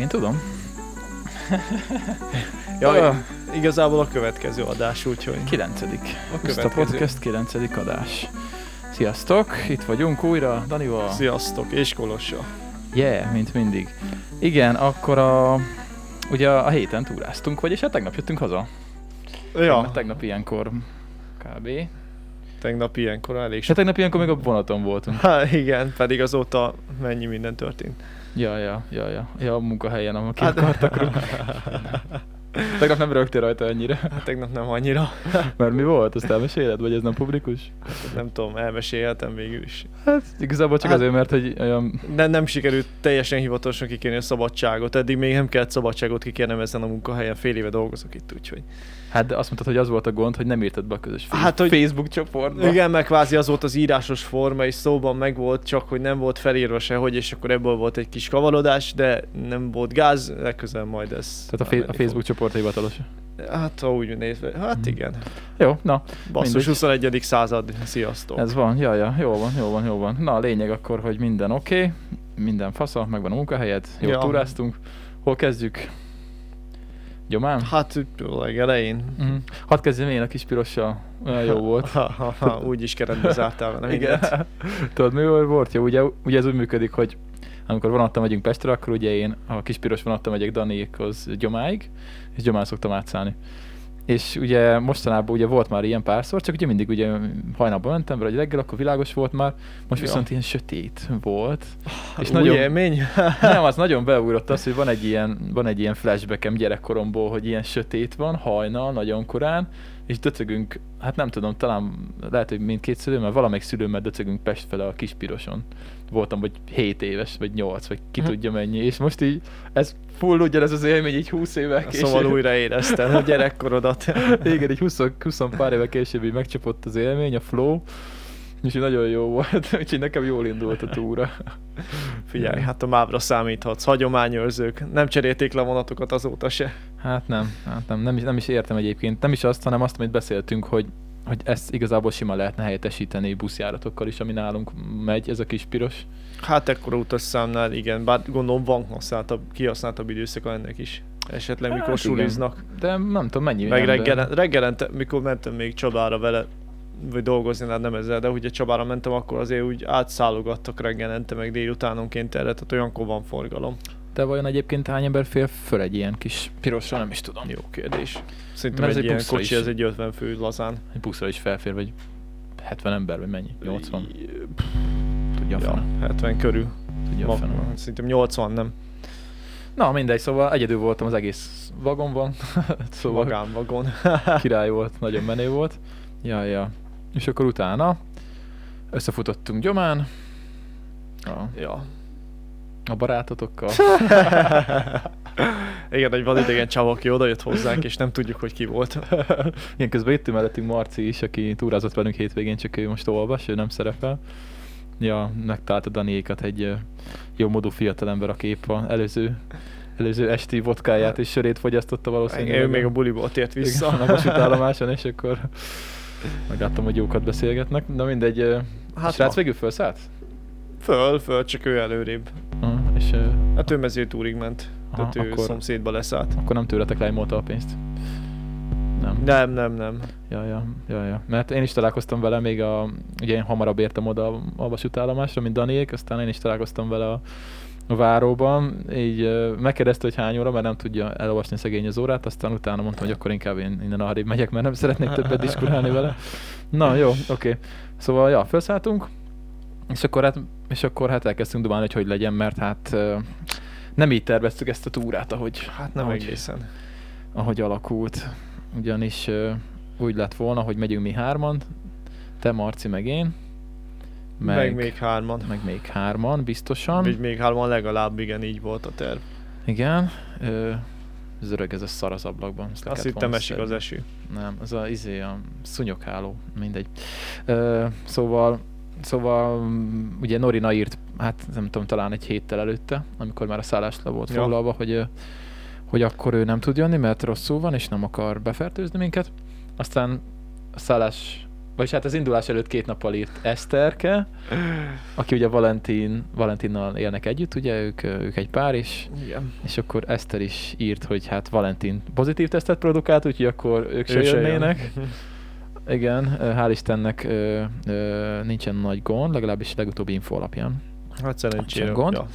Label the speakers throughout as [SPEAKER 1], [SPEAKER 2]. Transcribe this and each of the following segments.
[SPEAKER 1] Én tudom.
[SPEAKER 2] Jaj, igazából a következő adás, úgyhogy...
[SPEAKER 1] Kilencedik.
[SPEAKER 2] A
[SPEAKER 1] Puszta Podcast 9. adás. Sziasztok, itt vagyunk újra, Danival.
[SPEAKER 2] Sziasztok, és Kolossa.
[SPEAKER 1] Yeah, mint mindig. Igen, akkor a... Ugye a héten túráztunk, vagyis hát tegnap jöttünk haza.
[SPEAKER 2] Ja,
[SPEAKER 1] Tegnap, tegnap ilyenkor kb.
[SPEAKER 2] tegnap ilyenkor elég
[SPEAKER 1] És hát
[SPEAKER 2] sok.
[SPEAKER 1] tegnap ilyenkor még a vonaton voltunk.
[SPEAKER 2] Há, igen, pedig azóta mennyi minden történt.
[SPEAKER 1] Ja, ja, ja, ja. Ja, a munkahelyen, ahol ki
[SPEAKER 2] Hát-
[SPEAKER 1] akartak rúgni. Tegnap nem rögtél rajta annyira.
[SPEAKER 2] Hát tegnap nem annyira,
[SPEAKER 1] Mert mi volt? Azt elmeséled? Vagy ez nem publikus?
[SPEAKER 2] nem tudom, elmeséltem végül is.
[SPEAKER 1] Hát igazából csak
[SPEAKER 2] Hát-
[SPEAKER 1] azért, mert hogy olyan...
[SPEAKER 2] De nem sikerült teljesen hivatalosan kikérni a szabadságot. Eddig még nem kellett szabadságot kikérnem ezen a munkahelyen, fél éve dolgozok itt, úgyhogy.
[SPEAKER 1] Hát de azt mondtad, hogy az volt a gond, hogy nem írtad be a közös fe-
[SPEAKER 2] Hát, hogy-
[SPEAKER 1] Facebook csoportba.
[SPEAKER 2] Igen, meg kvázi az volt az írásos forma, és szóban megvolt, csak hogy nem volt felírva sehogy, és akkor ebből volt egy kis kavarodás, de nem volt gáz, legközelebb majd ez.
[SPEAKER 1] Tehát a,
[SPEAKER 2] már
[SPEAKER 1] fe- a
[SPEAKER 2] menni
[SPEAKER 1] Facebook csoport hivatalos.
[SPEAKER 2] fog. Hát, ha úgy nézve,
[SPEAKER 1] Mhm.
[SPEAKER 2] hát igen.
[SPEAKER 1] Jó, na,
[SPEAKER 2] Basszus,
[SPEAKER 1] Mindegy.
[SPEAKER 2] 21. század, sziasztok.
[SPEAKER 1] ez van, ja, ja, jó van, jó van, jó van. Na, a lényeg akkor, hogy minden oké, okay, minden fasza, megvan a munkahelyed, jól ja.
[SPEAKER 2] Ja.
[SPEAKER 1] túráztunk. Hol kezdjük? Gyomám?
[SPEAKER 2] Hát, a legelején.
[SPEAKER 1] Mm. Hadd kezdjem én a kis pirossal, olyan jó volt.
[SPEAKER 2] Ha, ha, ha, úgy is keretbe zártál vele. mindent.
[SPEAKER 1] Igen. Tudod, mi volt jó? Ugye, ugye ez úgy működik, hogy amikor vonattal megyünk Pestre, akkor ugye én a kispiros vonattal megyek Daniékhoz gyomáig, és gyomán szoktam átszállni. És ugye mostanában ugye volt már ilyen párszor, csak ugye mindig ugye hajnalban mentem, vagy reggel, akkor világos volt már, most
[SPEAKER 2] Ja.
[SPEAKER 1] viszont ilyen sötét volt. És
[SPEAKER 2] Új
[SPEAKER 1] nagyon-
[SPEAKER 2] élmény?
[SPEAKER 1] Nem, az nagyon beugrott az, hogy van egy ilyen, van egy ilyen flashbackem gyerekkoromból, hogy ilyen sötét van, hajnal, nagyon korán, és döcögünk, hát nem tudom, talán lehet, hogy mindkét szülőmmel, valamelyik szülőmmel döcögünk Pest fele a Kispirosson. Voltam, vagy 7 éves, vagy 8, vagy ki
[SPEAKER 2] Mhm.
[SPEAKER 1] tudja mennyi, és most így, ez full ugyanez az élmény, így 20 évvel később.
[SPEAKER 2] Szóval újra érezted a gyerekkorodat.
[SPEAKER 1] Igen, így 20, 20 pár éve később így megcsapott az élmény, a flow, és így nagyon jó volt, úgyhogy nekem jól indult a túra.
[SPEAKER 2] Figyelj, hát a mávra számíthatsz, hagyományőrzők. Nem cserélték le vonatokat azóta se.
[SPEAKER 1] Hát nem, hát nem, nem is, nem is értem egyébként. Nem is azt, hanem azt, amit beszéltünk, hogy, hogy ezt igazából sima lehetne helyettesíteni buszjáratokkal is, ami nálunk megy, ez a kis piros.
[SPEAKER 2] Hát ekkora utasszámnál igen, bár gondolom van használtabb, kihasználtabb időszaka ennek is. Esetleg mikor
[SPEAKER 1] Hát
[SPEAKER 2] hát,
[SPEAKER 1] igen.
[SPEAKER 2] suliznak.
[SPEAKER 1] De nem tudom, mennyi
[SPEAKER 2] Meg
[SPEAKER 1] ember-
[SPEAKER 2] reggelen, reggelente, mikor mentem még Csabára vele, vagy dolgozni, hát nem ezzel, de ugye Csabára mentem, akkor azért úgy átszállogattak reggelente, meg délutánonként erre, tehát olyankor van forgalom.
[SPEAKER 1] De vajon egyébként hány ember fél föl egy ilyen kis pirosra, nem is tudom. Jó kérdés.
[SPEAKER 2] Szerintem
[SPEAKER 1] Mert
[SPEAKER 2] Mert egy,
[SPEAKER 1] ez egy
[SPEAKER 2] ilyen
[SPEAKER 1] buszra
[SPEAKER 2] kocsi,
[SPEAKER 1] is.
[SPEAKER 2] ez egy 50 fő lazán.
[SPEAKER 1] Egy buszra is felfér, vagy 70 ember, vagy mennyi? 80? Tudja
[SPEAKER 2] Ja,
[SPEAKER 1] ja.
[SPEAKER 2] 70 körül.
[SPEAKER 1] Tudja
[SPEAKER 2] Ma,
[SPEAKER 1] a fene.
[SPEAKER 2] szerintem 80 nem.
[SPEAKER 1] Na mindegy, szóval egyedül voltam az egész vagonban. szóval
[SPEAKER 2] Magánvagon.
[SPEAKER 1] király volt, nagyon menő volt. Ja, ja. És akkor utána összefutottunk Gyomán, a,
[SPEAKER 2] ja.
[SPEAKER 1] a barátotokkal.
[SPEAKER 2] Igen, egy vadidegen csáv, aki odajött hozzánk, és nem tudjuk, hogy ki volt.
[SPEAKER 1] Igen, közben itt ül mellettünk Marci is, aki túrázott velünk hétvégén, csak ő most olvas, ő nem szerepel. Ja, megtalálta Daniékat egy ö, jó módú fiatalember, aki épp a előző, előző esti vodkáját és sörét fogyasztotta valószínűleg.
[SPEAKER 2] Ő még a buliból tért
[SPEAKER 1] vissza
[SPEAKER 2] vissza.
[SPEAKER 1] a vasútállomáson, és akkor megláttam, hogy jókat beszélgetnek. Na mindegy, ö, a
[SPEAKER 2] Hát
[SPEAKER 1] srác
[SPEAKER 2] ma.
[SPEAKER 1] végül felszállt?
[SPEAKER 2] Föl, föl, csak ő előrébb.
[SPEAKER 1] Aha, és ö,
[SPEAKER 2] Hát ő mezőtúrig ment.
[SPEAKER 1] Aha,
[SPEAKER 2] Tehát ő
[SPEAKER 1] akkor-
[SPEAKER 2] akkor... szomszédba leszállt.
[SPEAKER 1] Akkor nem tőletek lejmolta a pénzt. Nem.
[SPEAKER 2] Nem, nem, nem.
[SPEAKER 1] Ja, ja, ja, ja. Mert én is találkoztam vele még a... Ugye én hamarabb értem oda a vasútállomásra, mint Daniék, aztán én is találkoztam vele a, a váróban, így ö, megkérdezte, hogy hány óra, mert nem tudja elolvasni a szegény az órát, aztán utána mondtam, hogy akkor inkább én innen arrébb megyek, mert nem szeretnék többet diskurálni vele. Na jó, oké. Szóval, ja, felszálltunk, és akkor hát, és akkor hát elkezdtünk dumálni, hogy hogy legyen, mert hát ö, nem így terveztük ezt a túrát, ahogy
[SPEAKER 2] Hát nem
[SPEAKER 1] Ahogy-
[SPEAKER 2] egészen.
[SPEAKER 1] ahogy alakult. Ugyanis ö, úgy lett volna, hogy megyünk mi hárman, te, Marci, meg én,
[SPEAKER 2] Meg, meg még hárman.
[SPEAKER 1] meg még hárman, biztosan.
[SPEAKER 2] Vagy még hárman legalább, igen, így volt a terv.
[SPEAKER 1] Igen. Ö, zörög ez a szar az ablakban. Ezt le
[SPEAKER 2] Azt
[SPEAKER 1] kellett
[SPEAKER 2] hittem
[SPEAKER 1] volna
[SPEAKER 2] esik az
[SPEAKER 1] szedni.
[SPEAKER 2] eső.
[SPEAKER 1] Nem, az a, izé, a szunyogháló, mindegy. Ö, szóval, szóval mm, ugye Norina írt, hát nem tudom, talán egy héttel előtte, amikor már a szállás le volt
[SPEAKER 2] Ja.
[SPEAKER 1] foglalva, hogy, ö, hogy akkor ő nem tud jönni, mert rosszul van, és nem akar befertőzni minket. Aztán a szállás vagyis hát az indulás előtt két nappal írt Eszterke, aki ugye Valentin, Valentinnal élnek együtt, ugye ők, ők egy pár is,
[SPEAKER 2] Igen.
[SPEAKER 1] és akkor Eszter is írt, hogy hát Valentin pozitív tesztet produkált, úgyhogy akkor ők se
[SPEAKER 2] Ő se jön.
[SPEAKER 1] jönnének. Igen, ö, hál' Istennek ö, ö, nincsen nagy gond, legalábbis legutóbbi info alapján.
[SPEAKER 2] Hát szerencsére.
[SPEAKER 1] Sem gond.
[SPEAKER 2] Ja.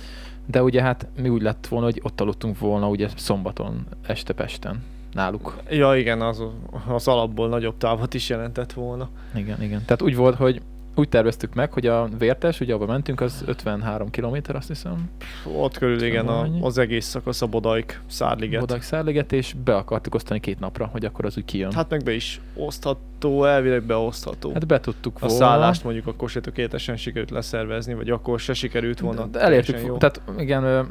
[SPEAKER 1] De ugye hát mi úgy lett volna, hogy ott aludtunk volna ugye szombaton, este Pesten, náluk.
[SPEAKER 2] ja, igen, az, az alapból nagyobb távot is jelentett volna.
[SPEAKER 1] Igen, igen. Tehát úgy volt, hogy úgy terveztük meg, hogy a vértes, ugye abba mentünk, az 53 km, azt hiszem,
[SPEAKER 2] Ott körül igen
[SPEAKER 1] Tudom,
[SPEAKER 2] a,
[SPEAKER 1] mennyi.
[SPEAKER 2] az egész szakasz a Bodajk szárliget.
[SPEAKER 1] Bodák Szárliget, és be akartuk osztani két napra, hogy akkor az úgy kijön. Hát,
[SPEAKER 2] Hát meg be is osztható, elvileg beosztható. Hát
[SPEAKER 1] hát be tudtuk
[SPEAKER 2] a
[SPEAKER 1] volna.
[SPEAKER 2] szállást mondjuk akkor se tökéletesen sikerült leszervezni, vagy akkor se sikerült volna.
[SPEAKER 1] de elértük,
[SPEAKER 2] teljesen
[SPEAKER 1] vo-
[SPEAKER 2] jó.
[SPEAKER 1] tehát igen, ö,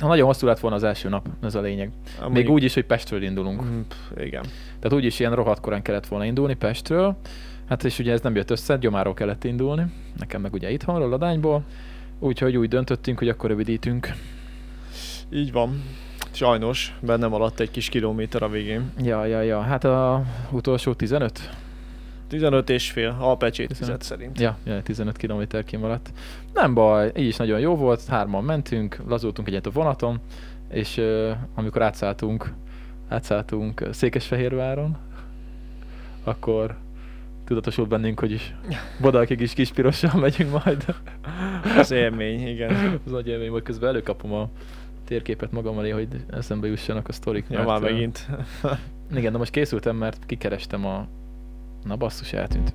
[SPEAKER 1] nagyon hosszú lett volna az első nap, ez a lényeg.
[SPEAKER 2] Hát
[SPEAKER 1] Még
[SPEAKER 2] mondjuk-
[SPEAKER 1] úgy is, hogy Pestről indulunk.
[SPEAKER 2] Mm, pff, Igen.
[SPEAKER 1] Tehát úgy is ilyen rohadt korán kellett volna indulni Pestről. Hát és ugye ez nem jött össze, gyomáról kellett indulni. Nekem meg ugye itthonról, Ladányból. Úgyhogy úgy döntöttünk, hogy akkor rövidítünk.
[SPEAKER 2] Így van. Sajnos, benne maradt egy kis kilométer a végén.
[SPEAKER 1] Ja, ja, ja. Hát a utolsó 15?
[SPEAKER 2] 15 és fél, a pecsét fizet
[SPEAKER 1] 15.
[SPEAKER 2] szerint.
[SPEAKER 1] Ja, ja 15 km kimaradt. Nem baj, így is nagyon jó volt, hárman mentünk, lazultunk egyet a vonaton, és uh, amikor átszálltunk, átszálltunk ö, Székesfehérváron, akkor tudatosult bennünk, hogy is bodalkig is kispirossal megyünk majd.
[SPEAKER 2] Az élmény, igen.
[SPEAKER 1] Az nagy élmény, majd közben előkapom a térképet magam elé, hogy eszembe jussanak a sztorik.
[SPEAKER 2] Ja, már
[SPEAKER 1] mert, ö,
[SPEAKER 2] megint.
[SPEAKER 1] Igen, de most készültem, mert kikerestem a... Na basszus, eltűnt.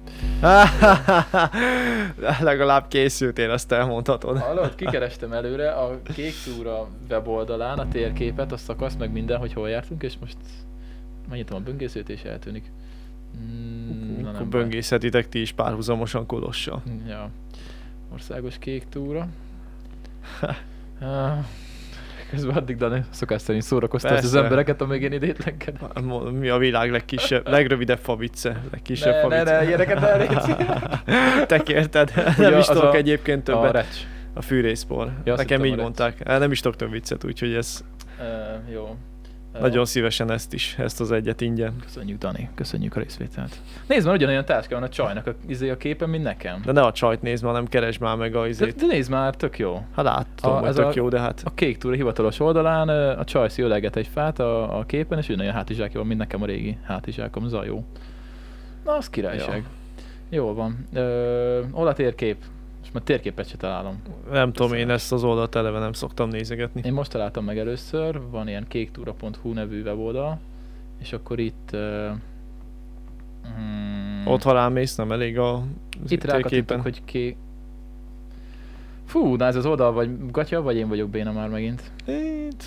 [SPEAKER 2] Legalább készültél, azt elmondhatod.
[SPEAKER 1] Hallod, kikerestem előre a Kék Túra weboldalán a térképet, a szakasz, meg minden, hogy hol jártunk, és most megnyitom a böngészőt, és eltűnik. Mm,
[SPEAKER 2] Akkor
[SPEAKER 1] baj.
[SPEAKER 2] böngészhetitek ti is párhuzamosan Kolossal.
[SPEAKER 1] Ja. Országos Kék Túra. Ah, Közben addig Dani szokás szerint szórakoztat az
[SPEAKER 2] Persze.
[SPEAKER 1] embereket, amíg én idétlenkedem.
[SPEAKER 2] Mo- Mi a világ legkisebb, legrövidebb favicce? Legkisebb
[SPEAKER 1] Ne, ne,
[SPEAKER 2] favicce.
[SPEAKER 1] ne, ilyeneket ne légy.
[SPEAKER 2] Te kérted.
[SPEAKER 1] Ugye
[SPEAKER 2] nem is
[SPEAKER 1] az
[SPEAKER 2] tudok
[SPEAKER 1] a-
[SPEAKER 2] egyébként
[SPEAKER 1] A
[SPEAKER 2] többet. A,
[SPEAKER 1] recs.
[SPEAKER 2] fűrészpor.
[SPEAKER 1] Ja, azt hittem,
[SPEAKER 2] Nekem
[SPEAKER 1] a
[SPEAKER 2] így
[SPEAKER 1] rec.
[SPEAKER 2] mondták. Nem is tudok több viccet, úgyhogy ez
[SPEAKER 1] Uh, jó. Ö,
[SPEAKER 2] nagyon szívesen ezt is, ezt az egyet ingyen.
[SPEAKER 1] Köszönjük, Dani. Köszönjük a részvételt. Nézd már, ugyanolyan táska van a csajnak a, izé a képen, mint nekem.
[SPEAKER 2] De ne a csajt nézd, hanem keresd már meg a
[SPEAKER 1] De,
[SPEAKER 2] izét.
[SPEAKER 1] de nézd már, tök jó.
[SPEAKER 2] Hát látom,
[SPEAKER 1] A-
[SPEAKER 2] hogy
[SPEAKER 1] ez
[SPEAKER 2] tök
[SPEAKER 1] a-
[SPEAKER 2] jó, de hát
[SPEAKER 1] A kék túra hivatalos oldalán ö, a Csajci öleget egy fát a, a képen, és ugyanolyan hátizsákja van, mint nekem a régi hátizsákom, zajó. Na, az királyság. Jól van. Ö, hol a térkép? Most már térképet se találom.
[SPEAKER 2] nem tudom, én ezt az oldalt eleve nem szoktam nézegetni.
[SPEAKER 1] Én most találtam meg először, van ilyen kéktúra.hu nevű weboldal, és akkor itt... Ö, hmm,
[SPEAKER 2] Ott, ha rámész, nem elég a az
[SPEAKER 1] Itt rákattintok, hogy ki... Fú, na ez az oldal vagy gatya, vagy én vagyok béna már megint.
[SPEAKER 2] Itt.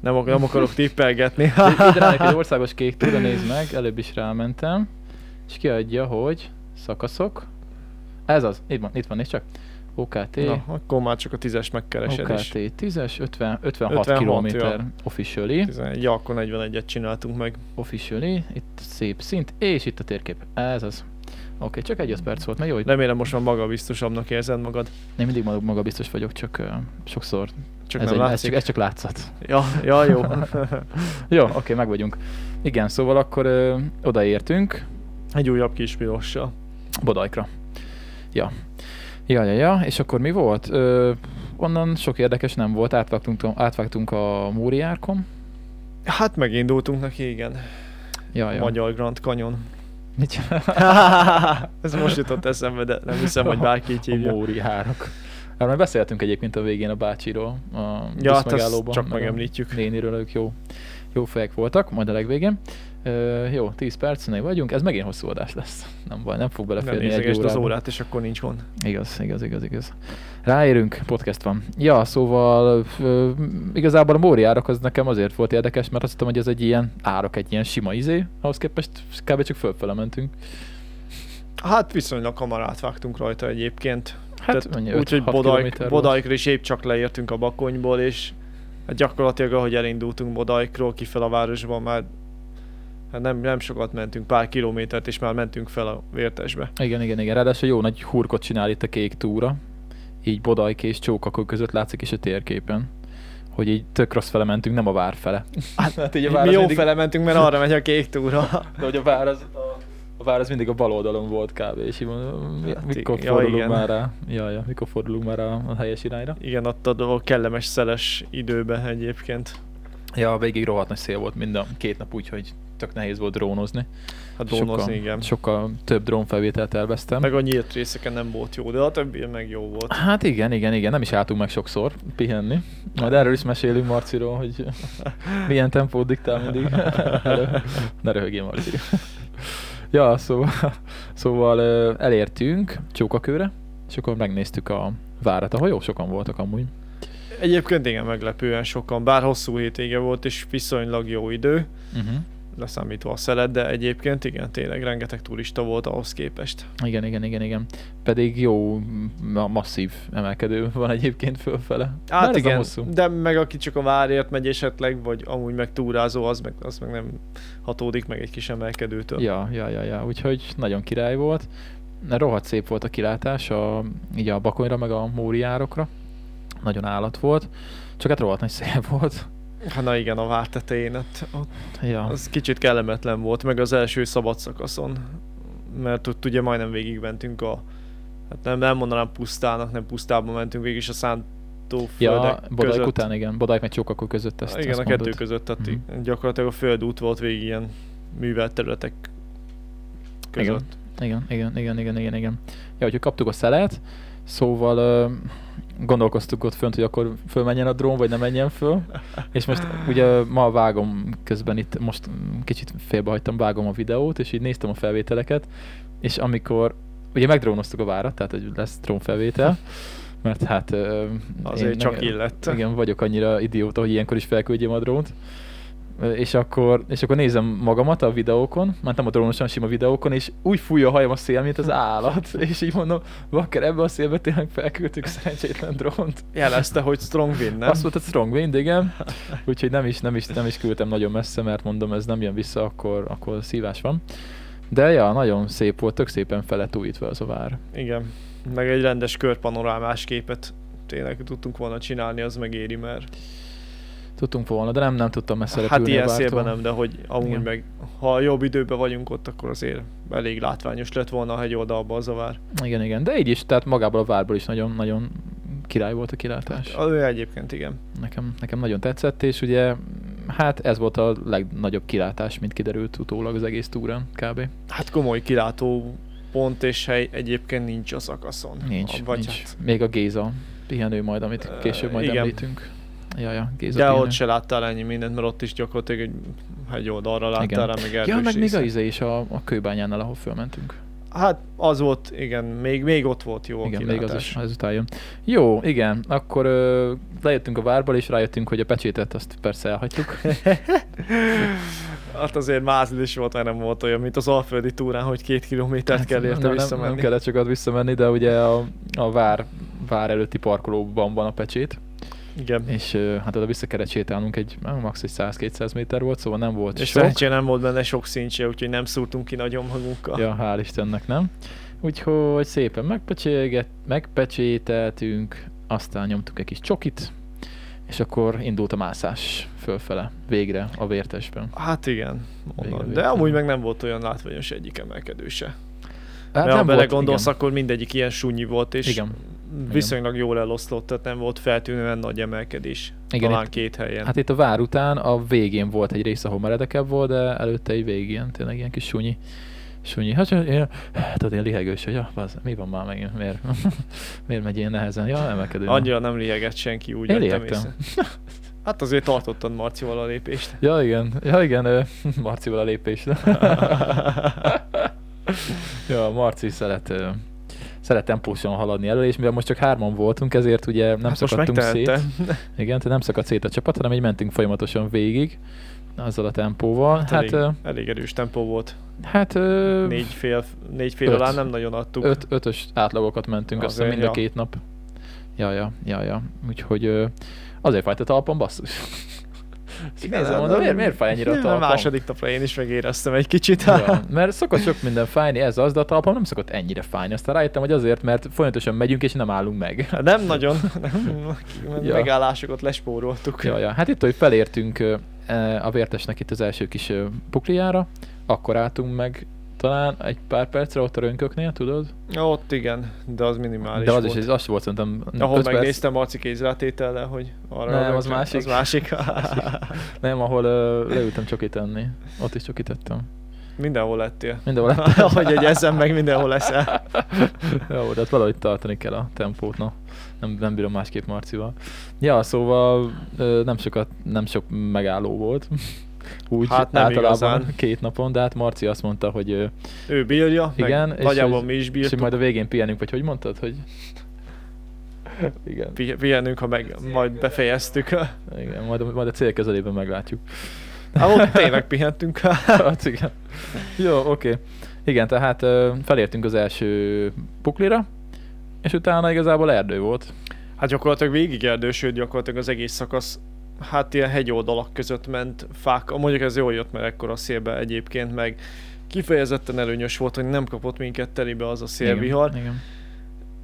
[SPEAKER 2] Nem, ak- nem akarok tippelgetni.
[SPEAKER 1] Itt rájön egy országos kék túra, nézd meg, előbb is rámentem. És kiadja, hogy szakaszok. Ez az, itt van, itt van nézd csak. OKT,
[SPEAKER 2] Na, akkor már csak a tízes megkeresed is.
[SPEAKER 1] OKT 10-es, 50, 56,
[SPEAKER 2] 56,
[SPEAKER 1] km
[SPEAKER 2] ja.
[SPEAKER 1] officially.
[SPEAKER 2] 11, ja, akkor 41-et csináltunk meg.
[SPEAKER 1] Officially, itt szép szint, és itt a térkép. Ez az. Oké, csak egy 5 perc volt, mert jó, hogy
[SPEAKER 2] Remélem most már magabiztosabbnak érzed magad.
[SPEAKER 1] én mindig maga biztos vagyok, csak uh, sokszor.
[SPEAKER 2] Csak
[SPEAKER 1] ez,
[SPEAKER 2] nem
[SPEAKER 1] egy, ez,
[SPEAKER 2] látszik.
[SPEAKER 1] csak, ez csak látszat.
[SPEAKER 2] Ja, ja, jó.
[SPEAKER 1] Jó, oké, okay, meg vagyunk. Igen, szóval akkor ö, odaértünk
[SPEAKER 2] Egy újabb kis pirossal.
[SPEAKER 1] Bodajkra. Ja. Ja, ja, ja, és akkor mi volt? Ö, onnan sok érdekes nem volt, átvágtunk, átvágtunk a Múri árkon.
[SPEAKER 2] Hát megindultunk neki, igen.
[SPEAKER 1] Ja, ja.
[SPEAKER 2] Magyar Grand Canyon.
[SPEAKER 1] Mit csinál?
[SPEAKER 2] Ez most jutott eszembe, de nem hiszem, hogy bárki így
[SPEAKER 1] A
[SPEAKER 2] hívja.
[SPEAKER 1] Móri árok. Erről már beszéltünk egyébként a végén a bácsiról, a
[SPEAKER 2] Ja, hát azt
[SPEAKER 1] buszmegállóban,
[SPEAKER 2] csak
[SPEAKER 1] meg a
[SPEAKER 2] megemlítjük.
[SPEAKER 1] Néniről ők jó, jó fejek voltak, majd a legvégén. Ö, jó, 10 percnél vagyunk, ez megint hosszú adás lesz. Nem baj, nem
[SPEAKER 2] Nem
[SPEAKER 1] fog beleférni egy
[SPEAKER 2] nézegesd az
[SPEAKER 1] órába.
[SPEAKER 2] órát, és akkor nincs gond.
[SPEAKER 1] Igaz, igaz, igaz, igaz. Ráérünk, podcast van. Ja, szóval ö, igazából a Móri árak az nekem azért volt érdekes, mert azt hittem, hogy ez egy ilyen árok, egy ilyen sima izé, ahhoz képest kb. csak fölfele mentünk.
[SPEAKER 2] Hát viszonylag hamar átvágtunk rajta egyébként.
[SPEAKER 1] Hát,
[SPEAKER 2] Tehát
[SPEAKER 1] mennyi, öt-
[SPEAKER 2] Úgyhogy
[SPEAKER 1] hat kilométer
[SPEAKER 2] Bodajk,
[SPEAKER 1] volt.
[SPEAKER 2] Bodajkra is épp csak leértünk a Bakonyból, és hát gyakorlatilag ahogy elindultunk Bodajkról kifel a városban már hát nem, nem sokat mentünk, pár kilométert, és már mentünk fel a vértesbe.
[SPEAKER 1] Igen, igen, igen. Ráadásul jó nagy hurkot csinál itt a kék túra. Így Bodajk és Csókakó között látszik is a térképen. Hogy így tök rossz fele mentünk, nem a vár fele.
[SPEAKER 2] Hát,
[SPEAKER 1] így a
[SPEAKER 2] Mi
[SPEAKER 1] válasz
[SPEAKER 2] jó
[SPEAKER 1] mindig-
[SPEAKER 2] fele mentünk, mert arra megy a kék túra.
[SPEAKER 1] De hogy a vár az, a, a vár az mindig a bal oldalon volt kb. És így mondom, mi,
[SPEAKER 2] Hát
[SPEAKER 1] mikor
[SPEAKER 2] i- ja,
[SPEAKER 1] fordulunk
[SPEAKER 2] igen.
[SPEAKER 1] már rá? Ja, ja, mikor fordulunk már rá a helyes irányra?
[SPEAKER 2] Igen, attad a kellemes szeles időben egyébként.
[SPEAKER 1] Ja, a végig rohadt nagy szél volt mind a két nap, úgyhogy tök nehéz volt drónozni.
[SPEAKER 2] Hát dónozni,
[SPEAKER 1] sokkal,
[SPEAKER 2] igen.
[SPEAKER 1] Sokkal több drónfelvételt elvesztem.
[SPEAKER 2] Meg a nyílt részeken nem volt jó, de a többi meg jó volt.
[SPEAKER 1] Hát igen, igen, igen, nem is álltunk meg sokszor pihenni. Majd erről is mesélünk Marciról, hogy milyen tempót diktál mindig. ne röhögjél, Marci. ja, szóval, szóval ö, elértünk Csókakőre, és akkor megnéztük a várat, ahol jó sokan voltak amúgy.
[SPEAKER 2] Egyébként igen, meglepően sokan, bár hosszú hétége volt és viszonylag jó idő,
[SPEAKER 1] Uh-huh.
[SPEAKER 2] leszámítva a szelet, de egyébként igen, tényleg rengeteg turista volt ahhoz képest.
[SPEAKER 1] Igen, igen, igen, igen. Pedig jó, ma- masszív emelkedő van egyébként fölfele. Bár ez
[SPEAKER 2] Hát
[SPEAKER 1] a
[SPEAKER 2] igen,
[SPEAKER 1] hosszú.
[SPEAKER 2] de meg aki csak a várért megy esetleg, vagy amúgy meg túrázó, az meg, az meg nem hatódik meg egy kis emelkedőtől.
[SPEAKER 1] Ja, ja, ja, ja, úgyhogy nagyon király volt. Rohadt szép volt a kilátás, a, így a Bakonyra meg a Móriárokra. Nagyon állat volt. Csak hát rohadt nagy szél volt.
[SPEAKER 2] Hát na igen, a vár tetején, hát ott
[SPEAKER 1] Ja,
[SPEAKER 2] az kicsit kellemetlen volt, meg az első szabad szakaszon, mert ott ugye majdnem végigmentünk a, hát nem, nem mondanám pusztának, nem pusztában mentünk végig is a
[SPEAKER 1] ja
[SPEAKER 2] szántóföldek
[SPEAKER 1] Bodajk
[SPEAKER 2] között.
[SPEAKER 1] után, igen. Bodajk meg Csókakó között ezt,
[SPEAKER 2] Ezt, igen,
[SPEAKER 1] ezt
[SPEAKER 2] a kettő
[SPEAKER 1] mondod.
[SPEAKER 2] között, tehát
[SPEAKER 1] Mhm.
[SPEAKER 2] mm gyakorlatilag a földút volt végig ilyen művelt területek között. Igen.
[SPEAKER 1] Igen, igen, igen, igen, igen, igen. Ja, úgyhogy kaptuk a szelet, szóval ö, gondolkoztuk ott fönt, hogy akkor fölmenjen a drón, vagy ne menjen föl. És most ugye ma vágom közben itt, most mm, kicsit félbehagytam, vágom a videót, és így néztem a felvételeket, és amikor, ugye megdrónoztuk a várat, tehát hogy lesz drónfelvétel, mert hát... ö,
[SPEAKER 2] Azért
[SPEAKER 1] én
[SPEAKER 2] csak
[SPEAKER 1] meg-
[SPEAKER 2] illett.
[SPEAKER 1] Igen, vagyok annyira idióta, hogy ilyenkor is felküldjem a drónt. Ö, És akkor, és akkor nézem magamat a videókon, már nem a drónosan, sima videókon, és úgy fújja a hajam a szél, mint az állat. És így mondom, vakker, ebbe a szélbe tényleg felküldtük szerencsétlen drónt.
[SPEAKER 2] Jelezte, hogy strong win, nem?
[SPEAKER 1] Nem? Azt mondta, strong wind, igen. Úgyhogy nem is, nem, is, nem is küldtem nagyon messze, mert mondom, ez nem jön vissza, akkor, akkor szívás van. De ja, nagyon szép volt, tök szépen felett újítva az a vár.
[SPEAKER 2] Igen. Meg egy rendes körpanorámás képet tényleg tudtunk volna csinálni, az megéri, mert
[SPEAKER 1] Tudtunk volna, de nem, nem tudtam messze
[SPEAKER 2] hát
[SPEAKER 1] repülni a
[SPEAKER 2] ilyen
[SPEAKER 1] vártól.
[SPEAKER 2] szélben nem, de hogy amúgy
[SPEAKER 1] Igen.
[SPEAKER 2] meg, ha jobb időben vagyunk ott, akkor azért elég látványos lett volna a hegyoldalba az a vár.
[SPEAKER 1] Igen, igen, de így is, tehát magából a várból is nagyon-nagyon király volt a kilátás.
[SPEAKER 2] A- Ő egyébként igen.
[SPEAKER 1] Nekem, nekem nagyon tetszett, és ugye hát ez volt a legnagyobb kilátás, mint kiderült utólag az egész túrán kb.
[SPEAKER 2] Hát komoly kilátó pont és hely egyébként nincs a szakaszon.
[SPEAKER 1] Nincs,
[SPEAKER 2] Vagy
[SPEAKER 1] nincs.
[SPEAKER 2] Hát,
[SPEAKER 1] Még a Géza pihenő majd, amit később majd
[SPEAKER 2] igen.
[SPEAKER 1] említünk. Ja, ja, Géza
[SPEAKER 2] de
[SPEAKER 1] pihenő.
[SPEAKER 2] ott se láttál ennyi mindent, mert ott is gyakorlatilag egy hegyoldalra láttál
[SPEAKER 1] Igen.
[SPEAKER 2] rá, meg
[SPEAKER 1] Ja,
[SPEAKER 2] erdős
[SPEAKER 1] meg még a
[SPEAKER 2] részen.
[SPEAKER 1] izé is a, a kőbányánál, ahol fölmentünk.
[SPEAKER 2] Hát az volt, igen, még, még ott volt jó
[SPEAKER 1] igen,
[SPEAKER 2] a
[SPEAKER 1] még
[SPEAKER 2] kilátás.
[SPEAKER 1] az is ezután jön. Jó, igen, akkor ö, lejöttünk a várból, és rájöttünk, hogy a pecsétet azt persze elhagytuk.
[SPEAKER 2] Hát azért mázli is volt, mert nem volt olyan, mint az alföldi túrán, hogy két kilométert
[SPEAKER 1] Hát
[SPEAKER 2] kell érte
[SPEAKER 1] nem, nem,
[SPEAKER 2] visszamenni.
[SPEAKER 1] nem kellett sokat visszamenni, de ugye a, a vár, vár előtti parkolóban van a pecsét,
[SPEAKER 2] Igen.
[SPEAKER 1] és ö, hát oda vissza kellett sétálnunk egy, á, max. egy 100-200 méter volt, szóval nem volt
[SPEAKER 2] És
[SPEAKER 1] sok.
[SPEAKER 2] szerencsére nem volt benne sok szintje, úgyhogy nem szúrtunk ki nagyon magunkkal.
[SPEAKER 1] Ja, hál' Istennek, nem? Úgyhogy szépen megpecséget, megpecsételtünk, aztán nyomtuk egy kis csokit, és akkor indult a mászás fölfele, végre a vértesben.
[SPEAKER 2] Hát igen,
[SPEAKER 1] Végre
[SPEAKER 2] mondom. De
[SPEAKER 1] végtelen.
[SPEAKER 2] amúgy meg nem volt olyan látványos egyik emelkedő se.
[SPEAKER 1] Hát
[SPEAKER 2] Mert ha
[SPEAKER 1] volt-
[SPEAKER 2] belegondolsz,
[SPEAKER 1] igen.
[SPEAKER 2] akkor mindegyik ilyen súnyi volt, és
[SPEAKER 1] Igen.
[SPEAKER 2] viszonylag jól eloszlott, tehát nem volt feltűnően nagy emelkedés.
[SPEAKER 1] Igen,
[SPEAKER 2] Talán
[SPEAKER 1] itt-
[SPEAKER 2] két helyen.
[SPEAKER 1] Hát itt a vár után a végén volt egy rész, ahol meredekebb volt, de előtte egy végén ilyen, tényleg ilyen kis sunyi. Sunyi. Hát, csak ilyen- tudod, ilyen lihegős, hogy ja, bazd, mi van már megint, miért, miért megy ilyen nehezen? Ja, emelkedő.
[SPEAKER 2] Annyira nem lihegett senki, úgy
[SPEAKER 1] Én
[SPEAKER 2] vettem
[SPEAKER 1] lihegtem.
[SPEAKER 2] észre. Hát azért tartottad Marcival a lépést.
[SPEAKER 1] Ja, igen. Ja, igen. ö, Marcival a lépésre. ja, Marci szeret, ö, szeret tempósan haladni elő, és mivel most csak hárman voltunk, ezért ugye nem
[SPEAKER 2] Hát most
[SPEAKER 1] szakadtunk szét.
[SPEAKER 2] megtehette.
[SPEAKER 1] Igen, tehát nem szakadt szét a csapat, hanem így mentünk folyamatosan végig azzal a tempóval. Hát, hát,
[SPEAKER 2] elég,
[SPEAKER 1] ö,
[SPEAKER 2] elég erős tempó volt.
[SPEAKER 1] hát ö,
[SPEAKER 2] Négy fél, négy fél
[SPEAKER 1] öt.
[SPEAKER 2] alá nem nagyon adtuk.
[SPEAKER 1] Öt, ötös átlagokat mentünk azt hiszem
[SPEAKER 2] Azért,
[SPEAKER 1] mind a
[SPEAKER 2] ja.
[SPEAKER 1] két nap. Ja, ja, ja, ja. Úgyhogy ö, azért fájt a talpam, basszus. És így
[SPEAKER 2] Igen,
[SPEAKER 1] Nézem,
[SPEAKER 2] nem-
[SPEAKER 1] mondom, miért, miért fáj ennyire a
[SPEAKER 2] hát nem,
[SPEAKER 1] talpam?
[SPEAKER 2] A második napra én is megéreztem egy kicsit. Hát-
[SPEAKER 1] Ja, mert szokott sok minden fájni, ez az, de a talpam nem szokott ennyire fájni. Aztán rájöttem, hogy azért, mert folyamatosan megyünk és nem állunk meg.
[SPEAKER 2] Hát Nem nagyon, nem,
[SPEAKER 1] Ja.
[SPEAKER 2] ja. megállásokat lespóroltuk.
[SPEAKER 1] Ja, ja. Hát itt, hogy felértünk ö, e, a vértesnek itt az első kis ö, pukliára, akkor álltunk meg ta- talán egy pár percre ott a rönköknél, tudod?
[SPEAKER 2] Ja, Ott igen, de az minimális
[SPEAKER 1] De az
[SPEAKER 2] volt.
[SPEAKER 1] is, az volt szerintem
[SPEAKER 2] Ahol
[SPEAKER 1] Hm, öt perc-
[SPEAKER 2] megnéztem Marci kézrátétellel, hogy arra
[SPEAKER 1] Nem,
[SPEAKER 2] rögtön-
[SPEAKER 1] az másik.
[SPEAKER 2] Az másik.
[SPEAKER 1] Nem, ahol ö, leültem csokit enni. Ott is csokit ettem.
[SPEAKER 2] Mindenhol lettél.
[SPEAKER 1] Mindenhol ettem.
[SPEAKER 2] Ahogy egy ezen meg mindenhol leszel.
[SPEAKER 1] Jó, de hát valahogy tartani kell a tempót, na. Nem, nem bírom másképp Marcival. Ja, szóval ö, nem, sokat, nem sok megálló volt. Úgy
[SPEAKER 2] Hát nem
[SPEAKER 1] általában
[SPEAKER 2] igazán.
[SPEAKER 1] két napon, de hát Marci azt mondta, hogy ö,
[SPEAKER 2] Ő bírja,
[SPEAKER 1] Igen,
[SPEAKER 2] meg
[SPEAKER 1] és
[SPEAKER 2] nagyjából
[SPEAKER 1] hogy-
[SPEAKER 2] mi is
[SPEAKER 1] és hogy
[SPEAKER 2] bírtuk.
[SPEAKER 1] majd a végén pihenünk, vagy hogy mondtad, hogy... Igen,
[SPEAKER 2] Pi- Pihenünk, ha meg majd befejeztük. Hát
[SPEAKER 1] igen majd, a- majd a cél közelében meglátjuk.
[SPEAKER 2] ott tényleg pihentünk.
[SPEAKER 1] Hát igen. Jó, oké. Okay. Igen, tehát ö, felértünk az első puklira, és utána igazából erdő volt.
[SPEAKER 2] Hát gyakorlatilag végig erdő, sőt gyakorlatilag az egész szakasz hát ilyen hegyoldalak között ment fák. Mondjuk ez jól jött, mert ekkor a szélbe egyébként meg kifejezetten előnyös volt, hogy nem kapott minket telibe az a szélvihar.
[SPEAKER 1] Igen, igen.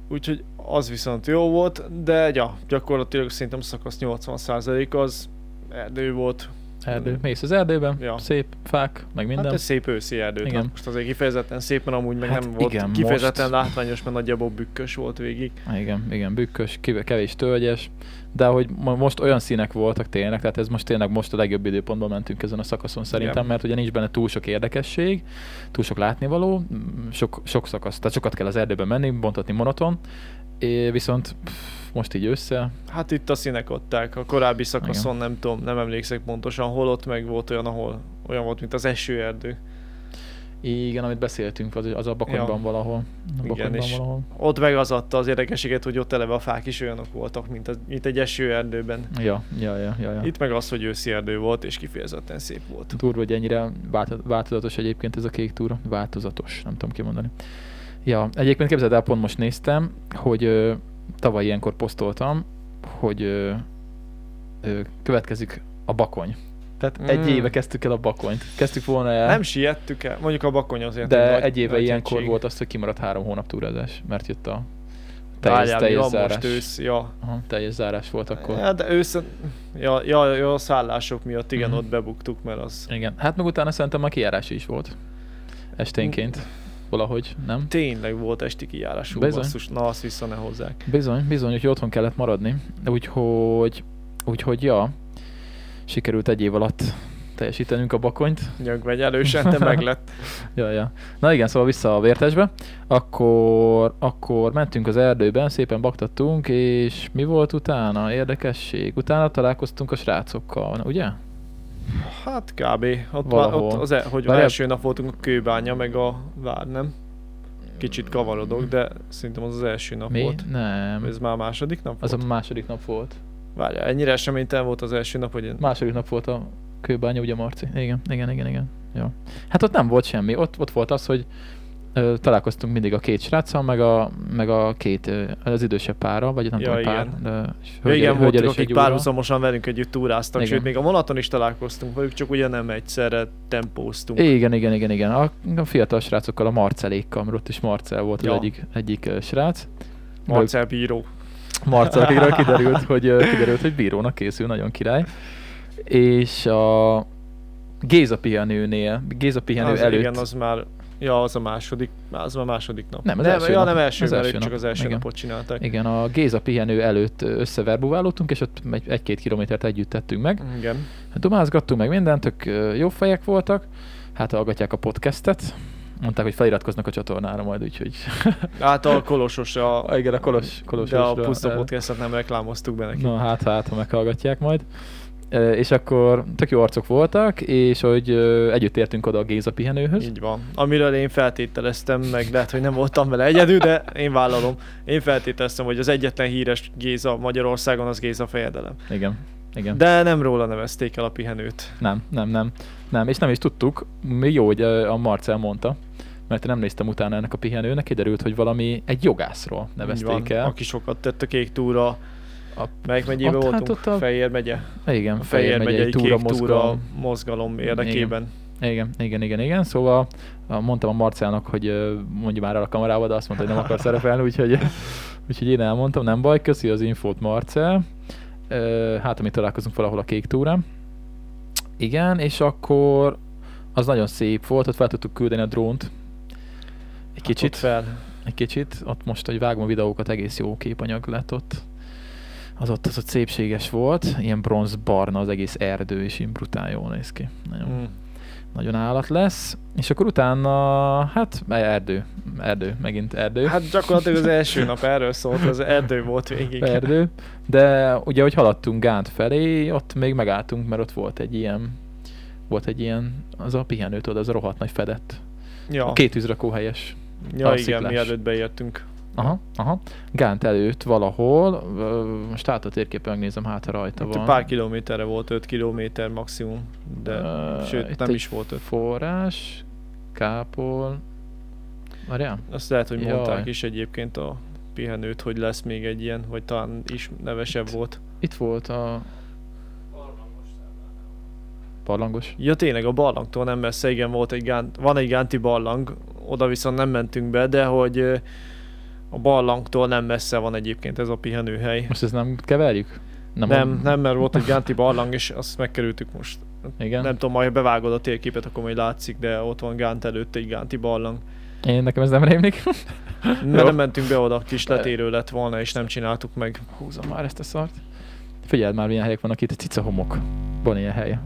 [SPEAKER 2] Úgyhogy az viszont jó volt, de ja, gyakorlatilag szerintem szakasz 80% az erdő volt. Hát
[SPEAKER 1] Erdő. Mész az erdőben, ja.
[SPEAKER 2] Ja.
[SPEAKER 1] szép fák, meg minden.
[SPEAKER 2] Hát ez szép őszi erdő.
[SPEAKER 1] Igen.
[SPEAKER 2] Igen. Most azért kifejezetten szép, mert amúgy meg
[SPEAKER 1] Hát
[SPEAKER 2] nem volt
[SPEAKER 1] igen,
[SPEAKER 2] kifejezetten
[SPEAKER 1] most.
[SPEAKER 2] látványos, mert nagyjából bükkös volt végig.
[SPEAKER 1] Igen, igen, bükkös, kiv- kevés tölgyes, de hogy mo- most olyan színek voltak tényleg, tehát ez most tényleg most a legjobb időpontban mentünk ezen a szakaszon szerintem,
[SPEAKER 2] Igen.
[SPEAKER 1] mert ugye nincs benne túl sok érdekesség, túl sok látnivaló, mm, sok, sok szakasz, tehát sokat kell az erdőbe menni, bontatni monoton, é, viszont pff, most így össze,
[SPEAKER 2] Hát itt a színek adták, a korábbi szakaszon nem tudom, nem emlékszek pontosan hol ott, meg volt olyan, ahol olyan volt, mint az esőerdő.
[SPEAKER 1] igen, amit beszéltünk, az, az a bakonyban ja.
[SPEAKER 2] Ja.
[SPEAKER 1] valahol. A
[SPEAKER 2] Igen,
[SPEAKER 1] bakonyban
[SPEAKER 2] és-
[SPEAKER 1] valahol.
[SPEAKER 2] Ott meg az adta az érdekességet, hogy ott eleve a fák is olyanok voltak, mint, az, mint egy esőerdőben.
[SPEAKER 1] Ja, ja, ja, ja, ja.
[SPEAKER 2] Itt meg az, hogy őszi erdő volt, és kifejezetten szép volt.
[SPEAKER 1] Durva, hogy ennyire válto- változatos egyébként ez a kék túra. Változatos, nem tudom kimondani. Ja, egyébként képzeld el, pont most néztem, hogy ö, tavaly ilyenkor posztoltam, hogy ö, ö, következik a bakony. Tehát mm. egy
[SPEAKER 2] Mm.
[SPEAKER 1] éve kezdtük el a bakonyt. Kezdtük volna el,
[SPEAKER 2] Nem siettük el, mondjuk a bakony azért.
[SPEAKER 1] de
[SPEAKER 2] egy nagy-
[SPEAKER 1] egy éve
[SPEAKER 2] nagy
[SPEAKER 1] ilyenkor
[SPEAKER 2] hegység.
[SPEAKER 1] volt az, hogy kimaradt három hónap túrázás, mert jött a teljes,
[SPEAKER 2] Várjál, mi
[SPEAKER 1] teljes
[SPEAKER 2] van most
[SPEAKER 1] zárás.
[SPEAKER 2] ősz? Hát- Ja.
[SPEAKER 1] Aha, teljes zárás volt akkor.
[SPEAKER 2] ja, de ősz... Ja, ja, ja, a szállások miatt igen,
[SPEAKER 1] Mhm.
[SPEAKER 2] ott bebuktuk, mert az...
[SPEAKER 1] Igen. Hát meg utána szerintem már kijárás is volt. Esténként. Valahogy, nem?
[SPEAKER 2] Tényleg volt esti kijárású
[SPEAKER 1] Bizony.
[SPEAKER 2] basszus, na azt vissza ne hozzák.
[SPEAKER 1] Bizony, bizony, hogy otthon kellett maradni. Úgyhogy, úgyhogy ja, sikerült egy év alatt teljesítenünk a bakonyt.
[SPEAKER 2] Nyögvegy elősen, te meg lett.
[SPEAKER 1] Ja, ja. Na igen, szóval vissza a vértesbe. Akkor, akkor mentünk az erdőben, szépen baktattunk, és mi volt utána? Érdekesség. Utána találkoztunk a srácokkal, ugye?
[SPEAKER 2] Hát kb. Ott, már,
[SPEAKER 1] Valahol.
[SPEAKER 2] ott az, el- hogy az
[SPEAKER 1] Várjál.
[SPEAKER 2] első nap voltunk a kőbánya, meg a vár, nem? Kicsit kavarodok, de szerintem az az első nap
[SPEAKER 1] mi?
[SPEAKER 2] volt.
[SPEAKER 1] Nem.
[SPEAKER 2] Ez már a második nap
[SPEAKER 1] Az
[SPEAKER 2] volt?
[SPEAKER 1] a második nap volt.
[SPEAKER 2] Várjál, ennyire eseménytelen volt az első nap, hogy én...
[SPEAKER 1] Második nap volt a kőbánya, ugye Marci? Igen, igen, igen, igen. Jó. Hát ott nem volt semmi. Ott, ott volt az, hogy ö, találkoztunk mindig a két sráccal, meg a, meg a két, ö, az idősebb pára, vagy nem
[SPEAKER 2] Ja,
[SPEAKER 1] tudom, hogy pár.
[SPEAKER 2] igen.
[SPEAKER 1] De, és
[SPEAKER 2] Ja,
[SPEAKER 1] hölgyel-
[SPEAKER 2] igen,
[SPEAKER 1] hölgyel
[SPEAKER 2] voltak,
[SPEAKER 1] és egy
[SPEAKER 2] akik
[SPEAKER 1] úrral.
[SPEAKER 2] párhuzamosan velünk együtt túráztak,
[SPEAKER 1] Igen.
[SPEAKER 2] igen. sőt, még a vonaton is találkoztunk velük, csak ugye nem egyszerre tempóztunk.
[SPEAKER 1] Igen, igen, igen, igen. A, a fiatal srácokkal, a Marcelékkal, mert ott is Marcel volt az
[SPEAKER 2] Ja.
[SPEAKER 1] egyik, egyik ö, srác.
[SPEAKER 2] Marcel Bíró.
[SPEAKER 1] Marcel, akiről kiderült, hogy, ö, kiderült, hogy bírónak készül, nagyon király. És a Géza pihenőnél, Géza pihenő
[SPEAKER 2] az,
[SPEAKER 1] előtt
[SPEAKER 2] Igen, az már... Ja, az a második, az már második nap.
[SPEAKER 1] Nem, az
[SPEAKER 2] nem,
[SPEAKER 1] első
[SPEAKER 2] ja,
[SPEAKER 1] nap.
[SPEAKER 2] nem első,
[SPEAKER 1] Az
[SPEAKER 2] az mert
[SPEAKER 1] első
[SPEAKER 2] ők csak
[SPEAKER 1] nap.
[SPEAKER 2] az első
[SPEAKER 1] Igen.
[SPEAKER 2] napot csinálták.
[SPEAKER 1] Igen, a Géza pihenő előtt összeverbuválódtunk, és ott egy- egy-két kilométert együtt tettünk meg. Hát
[SPEAKER 2] Igen.
[SPEAKER 1] Dumázgattunk meg mindent, tök ö, jó fejek voltak. Hát hallgatják a podcastet. Mondták, hogy feliratkoznak a csatornára majd, úgyhogy...
[SPEAKER 2] Hát a Kolosos, a,
[SPEAKER 1] Ah, igen, a Kolos, Kolos
[SPEAKER 2] de a
[SPEAKER 1] Jósra,
[SPEAKER 2] Puszta
[SPEAKER 1] ö,
[SPEAKER 2] Podcast-et nem reklámoztuk be neki.
[SPEAKER 1] Na hát, hát, ha meghallgatják majd. Ö, És akkor tök jó arcok voltak, és hogy ö, együtt értünk oda a Géza pihenőhöz.
[SPEAKER 2] Így van. Amiről én feltételeztem, meg lehet, hogy nem voltam vele egyedül, de én vállalom. Én feltételeztem, hogy az egyetlen híres Géza Magyarországon az Géza fejedelem.
[SPEAKER 1] Igen, igen.
[SPEAKER 2] De nem róla nevezték el a pihenőt.
[SPEAKER 1] Nem, nem, nem. Nem, és nem is tudtuk. Mi jó, hogy ö, a Marcel mondta, mert én nem néztem utána ennek a pihenőnek, kiderült, hogy valami egy jogászról
[SPEAKER 2] Így
[SPEAKER 1] nevezték
[SPEAKER 2] van.
[SPEAKER 1] el.
[SPEAKER 2] Aki sokat tett a kék túra.
[SPEAKER 1] A-
[SPEAKER 2] A... Melyik megyébe
[SPEAKER 1] ott, hát
[SPEAKER 2] voltunk?
[SPEAKER 1] ott a-
[SPEAKER 2] Fejér megye.
[SPEAKER 1] Igen,
[SPEAKER 2] A Fejér megyei
[SPEAKER 1] túra,
[SPEAKER 2] kék túra
[SPEAKER 1] mozgalom.
[SPEAKER 2] mozgalom érdekében.
[SPEAKER 1] Igen, igen, igen, igen. Szóval ah, mondtam a Marcelnak, hogy ö, mondja már el a kamerába, de azt mondta, hogy nem akar szerepelni, úgyhogy, úgyhogy én elmondtam, nem baj, köszi az infót Marcel. Ö, Hát, amit találkozunk valahol a kék túrán. Igen, és akkor az nagyon szép volt, ott fel tudtuk küldeni a drónt,
[SPEAKER 2] Hát
[SPEAKER 1] kicsit.
[SPEAKER 2] ott fel.
[SPEAKER 1] egy kicsit. Ott most, hogy vágom a videókat, egész jó képanyag lett ott. Az ott, az ott szépséges volt, ilyen bronzbarna az egész erdő, és ilyen brutál jól néz ki. Nagyon, mm.
[SPEAKER 2] Mm.
[SPEAKER 1] nagyon állat lesz. És akkor utána, hát erdő, erdő, megint erdő.
[SPEAKER 2] Hát gyakorlatilag az első nap erről szólt, az erdő volt végig.
[SPEAKER 1] erdő. De ugye, hogy haladtunk Gánt felé, ott még megálltunk, mert ott volt egy ilyen, volt egy ilyen, az a pihenő, tudod, az a rohadt nagy fedett.
[SPEAKER 2] Ja,
[SPEAKER 1] A két üzrakó helyes.
[SPEAKER 2] ja
[SPEAKER 1] a
[SPEAKER 2] igen,
[SPEAKER 1] sziklás.
[SPEAKER 2] mielőtt beértünk.
[SPEAKER 1] Aha, aha. Gánt előtt valahol, ö, most át a térképen megnézem, hát ha rajta
[SPEAKER 2] Itt
[SPEAKER 1] van.
[SPEAKER 2] pár kilométerre volt, 5 kilométer maximum, de
[SPEAKER 1] Ö,
[SPEAKER 2] sőt
[SPEAKER 1] itt
[SPEAKER 2] nem
[SPEAKER 1] egy
[SPEAKER 2] is volt 5.
[SPEAKER 1] Forrás, kápol, Várjál?
[SPEAKER 2] Azt lehet, hogy
[SPEAKER 1] Jaj.
[SPEAKER 2] mondták is egyébként a pihenőt, hogy lesz még egy ilyen, vagy talán is nevesebb volt.
[SPEAKER 1] Itt volt a... Barlangos?
[SPEAKER 2] Ja tényleg, a barlangtól nem messze, igen, volt egy gánt, van egy gánti barlang, oda viszont nem mentünk be, de hogy ö, a barlangtól nem messze van egyébként ez a pihenőhely.
[SPEAKER 1] Most ezt nem keverjük?
[SPEAKER 2] Nem, nem, nem mert volt egy gánti barlang, és azt megkerültük most.
[SPEAKER 1] Igen.
[SPEAKER 2] Nem tudom, majd ha bevágod a térképet, akkor majd látszik, de ott van Gánt előtt egy Gánti barlang.
[SPEAKER 1] Én nekem ez nem rémlik.
[SPEAKER 2] Mert nem mentünk be oda, kis letérő lett volna, és nem csináltuk meg.
[SPEAKER 1] Húzom már ezt a szart. Figyeld már, milyen helyek vannak itt. Cica homok. Van ilyen hely.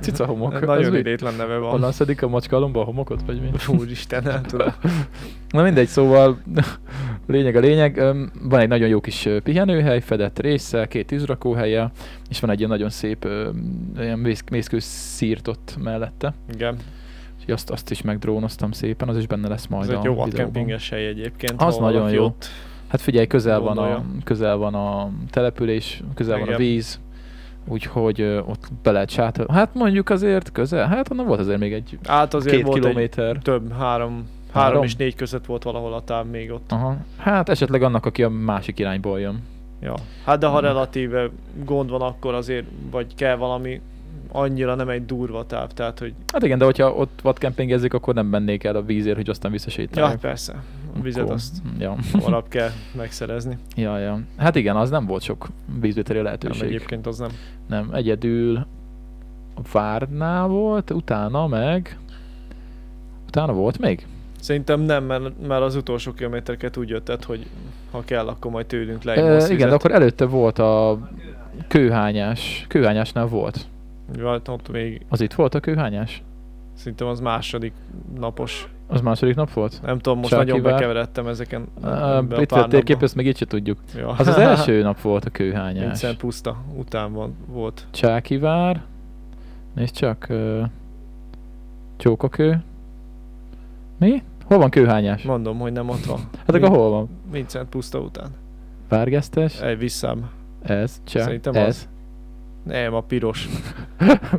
[SPEAKER 1] Cica homok.
[SPEAKER 2] Nagyon idétlen neve
[SPEAKER 1] Onnan
[SPEAKER 2] van.
[SPEAKER 1] szedik a macska alomba a homokot, vagy mi?
[SPEAKER 2] Úristen, nem tudom.
[SPEAKER 1] Na mindegy, szóval lényeg a lényeg, öm, van egy nagyon jó kis ö, pihenőhely, fedett része, két tűzrakóhelye, és van egy ilyen nagyon szép öm, ilyen mész- mészkős szírt ott mellette.
[SPEAKER 2] Igen,
[SPEAKER 1] Úgyhogy azt, azt is megdrónoztam szépen, az is benne lesz majd
[SPEAKER 2] ez
[SPEAKER 1] a
[SPEAKER 2] egy jó
[SPEAKER 1] videóban.
[SPEAKER 2] vadkempinges hely egyébként.
[SPEAKER 1] Az
[SPEAKER 2] ha
[SPEAKER 1] nagyon
[SPEAKER 2] valaki
[SPEAKER 1] jó.
[SPEAKER 2] Ott.
[SPEAKER 1] Hát figyelj, közel van, a,
[SPEAKER 2] Gondolja.
[SPEAKER 1] közel van a település, közel van a
[SPEAKER 2] Igen.
[SPEAKER 1] víz, úgyhogy ö, ott be lehet sátor. Hát mondjuk azért közel, hát onnan volt azért még egy
[SPEAKER 2] Hát azért
[SPEAKER 1] két
[SPEAKER 2] volt egy
[SPEAKER 1] kilométer.
[SPEAKER 2] több, három, három
[SPEAKER 1] Három?
[SPEAKER 2] és négy között volt valahol a táv még ott.
[SPEAKER 1] Aha. Hát esetleg annak, aki a másik irányból jön.
[SPEAKER 2] Ja. Hát de ha
[SPEAKER 1] Hmm.
[SPEAKER 2] relatíve gond van, akkor azért vagy kell valami annyira nem egy durva táv, tehát hogy...
[SPEAKER 1] Hát igen, de hogyha ott vadkempingezik, akkor nem mennék el a vízért, hogy aztán
[SPEAKER 2] Ja,
[SPEAKER 1] visszasétálják.
[SPEAKER 2] persze, a vizet
[SPEAKER 1] Akkor-
[SPEAKER 2] azt
[SPEAKER 1] Ja.
[SPEAKER 2] valap kell megszerezni.
[SPEAKER 1] ja, ja. Hát igen, az nem volt sok vízvételi
[SPEAKER 2] Nem,
[SPEAKER 1] lehetőség. Nem,
[SPEAKER 2] egyébként az nem.
[SPEAKER 1] nem egyedül a Várnál volt, utána meg... Utána volt még?
[SPEAKER 2] Szerintem nem, mert, mert az utolsó kilométereket úgy jöttet, hogy ha kell, akkor majd tőlünk
[SPEAKER 1] E,
[SPEAKER 2] leigolsz
[SPEAKER 1] igen, de akkor előtte volt a kőhányás. Kőhányásnál volt.
[SPEAKER 2] Volt hát ott még,
[SPEAKER 1] Az itt volt a kőhányás?
[SPEAKER 2] szerintem az második napos.
[SPEAKER 1] Az második nap volt?
[SPEAKER 2] Nem tudom, most
[SPEAKER 1] Sáki
[SPEAKER 2] nagyon
[SPEAKER 1] vár.
[SPEAKER 2] bekeveredtem ezeken.
[SPEAKER 1] Uh,
[SPEAKER 2] ebbe
[SPEAKER 1] itt
[SPEAKER 2] pár
[SPEAKER 1] a térkép,
[SPEAKER 2] napba.
[SPEAKER 1] ezt még így se tudjuk.
[SPEAKER 2] Ja.
[SPEAKER 1] Az az első nap volt a kőhányás.
[SPEAKER 2] Vincent puszta után van, volt.
[SPEAKER 1] Csákivár, nézd csak, ö, Csókakő. Mi? Hol van kőhányás?
[SPEAKER 2] Mondom, hogy nem ott van.
[SPEAKER 1] Hát akkor hol van?
[SPEAKER 2] Vincent puszta után.
[SPEAKER 1] Várgesztes,
[SPEAKER 2] Egy visszám.
[SPEAKER 1] ez, csák,
[SPEAKER 2] E- Szerintem
[SPEAKER 1] ez.
[SPEAKER 2] Nem, a piros.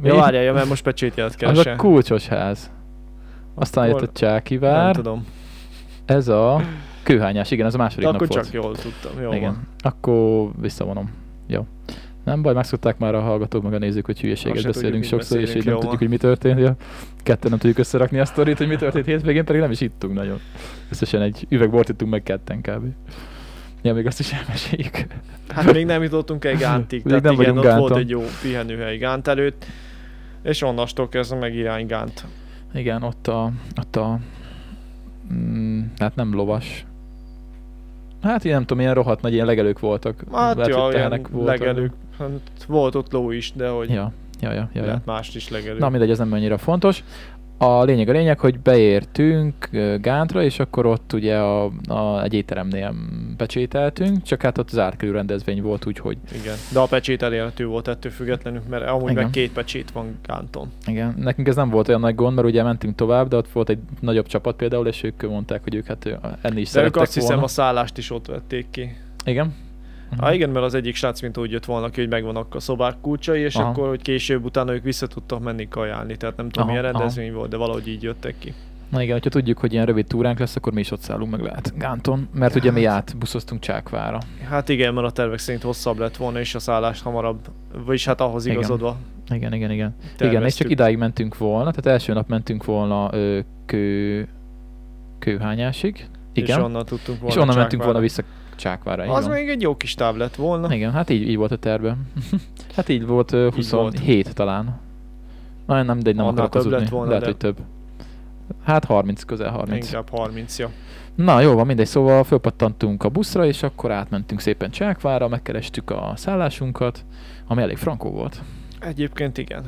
[SPEAKER 1] Mi?
[SPEAKER 2] Ja, várjál, ja, mert most pecsétjelet
[SPEAKER 1] Az a
[SPEAKER 2] keresem.
[SPEAKER 1] kulcsos ház. Aztán jött
[SPEAKER 2] Hol-
[SPEAKER 1] a
[SPEAKER 2] Nem
[SPEAKER 1] Csákivár,
[SPEAKER 2] tudom.
[SPEAKER 1] ez a kőhányás, igen, ez a
[SPEAKER 2] De
[SPEAKER 1] második
[SPEAKER 2] akkor
[SPEAKER 1] nap
[SPEAKER 2] csak
[SPEAKER 1] volt.
[SPEAKER 2] jól tudtam. Jól
[SPEAKER 1] igen.
[SPEAKER 2] van.
[SPEAKER 1] Akkor visszavonom. Jó. Nem baj, megszokták már a hallgatók, meg a nézők, hogy hülyeséget
[SPEAKER 2] Azt se
[SPEAKER 1] beszélünk
[SPEAKER 2] tudjuk, mit
[SPEAKER 1] sokszor, és
[SPEAKER 2] beszélünk,
[SPEAKER 1] így nem
[SPEAKER 2] jó
[SPEAKER 1] tudjuk,
[SPEAKER 2] van.
[SPEAKER 1] hogy mi történt. Ja. Ketten nem tudjuk összerakni a sztorit, hogy mi történt hétvégén, pedig nem is ittunk nagyon. Összesen egy üveg bort ittunk meg ketten kb. Ja, még azt is elmeséljük.
[SPEAKER 2] Hát még nem jutottunk egy Gántig,
[SPEAKER 1] Még
[SPEAKER 2] tehát
[SPEAKER 1] nem
[SPEAKER 2] nem igen, ott
[SPEAKER 1] vagyunk
[SPEAKER 2] volt
[SPEAKER 1] Gánton.
[SPEAKER 2] egy jó pihenőhely Gánt előtt, és onnastól kezdve meg irány Gánt.
[SPEAKER 1] Igen, ott a... Ott a mm, hát nem lovas. Hát én nem tudom, ilyen rohadt nagy ilyen legelők voltak.
[SPEAKER 2] Hát
[SPEAKER 1] Lehet,
[SPEAKER 2] jó,
[SPEAKER 1] hogy
[SPEAKER 2] olyan
[SPEAKER 1] tehenek voltak.
[SPEAKER 2] legelők, hát volt ott ló is, de hogy
[SPEAKER 1] Ja, ja, ja, ja, ja.
[SPEAKER 2] lehet mást is legelő.
[SPEAKER 1] Na mindegy, ez nem annyira fontos. A lényeg a lényeg, hogy beértünk ö, Gántra, és akkor ott ugye a, a, egy étteremnél becsételtünk, csak hát ott zárt körű rendezvény volt, úgyhogy
[SPEAKER 2] Igen, de a pecsét elérhető volt ettől függetlenül, mert amúgy
[SPEAKER 1] Igen.
[SPEAKER 2] meg két pecsét van Gánton.
[SPEAKER 1] igen, nekünk ez nem volt olyan nagy gond, mert ugye mentünk tovább, de ott volt egy nagyobb csapat például, és ők mondták, hogy ők hát ö, enni is
[SPEAKER 2] De ők
[SPEAKER 1] szerettek
[SPEAKER 2] azt
[SPEAKER 1] volna. Mhm.
[SPEAKER 2] hiszem a szállást is ott vették ki.
[SPEAKER 1] Igen.
[SPEAKER 2] Há, igen, mert az egyik srác mint úgy jött volna ki, hogy megvannak a szobák kulcsai, és
[SPEAKER 1] Aha.
[SPEAKER 2] akkor, hogy később utána ők vissza tudtak menni kajálni. Tehát nem tudom,
[SPEAKER 1] Aha,
[SPEAKER 2] milyen
[SPEAKER 1] aha.
[SPEAKER 2] rendezvény volt, de valahogy így jöttek ki.
[SPEAKER 1] Na igen, hogyha tudjuk, hogy ilyen rövid túránk lesz, akkor mi is ott szállunk meg lehet Gánton, mert ugye mi át buszoztunk Csákvára.
[SPEAKER 2] Hát igen, mert a tervek szerint hosszabb lett volna, és a szállás hamarabb, vagyis hát ahhoz
[SPEAKER 1] Igen.
[SPEAKER 2] igazodva
[SPEAKER 1] Igen, igen, igen. Igen, és
[SPEAKER 2] terveztük.
[SPEAKER 1] csak idáig mentünk volna, tehát első nap mentünk volna ö, kő, kőhányásig. Igen,
[SPEAKER 2] És onnan tudtunk volna
[SPEAKER 1] és onnan mentünk volna
[SPEAKER 2] Csákvárra.
[SPEAKER 1] vissza Csákvára. így
[SPEAKER 2] Az
[SPEAKER 1] van.
[SPEAKER 2] még egy jó kis táv lett volna.
[SPEAKER 1] Igen, hát így, így volt a terve. hát így volt ö,
[SPEAKER 2] Így volt.
[SPEAKER 1] 27 talán. Na, nem, de nem
[SPEAKER 2] Annál
[SPEAKER 1] akarok
[SPEAKER 2] több lett
[SPEAKER 1] hazudni.
[SPEAKER 2] volna,
[SPEAKER 1] Lehet,
[SPEAKER 2] de-
[SPEAKER 1] hogy több. Hát 30, közel 30.
[SPEAKER 2] Inkább 30 ja.
[SPEAKER 1] Na jó van, mindegy, szóval fölpattantunk a buszra, és akkor átmentünk szépen Csákvára, megkerestük a szállásunkat, ami elég frankó volt.
[SPEAKER 2] Egyébként igen.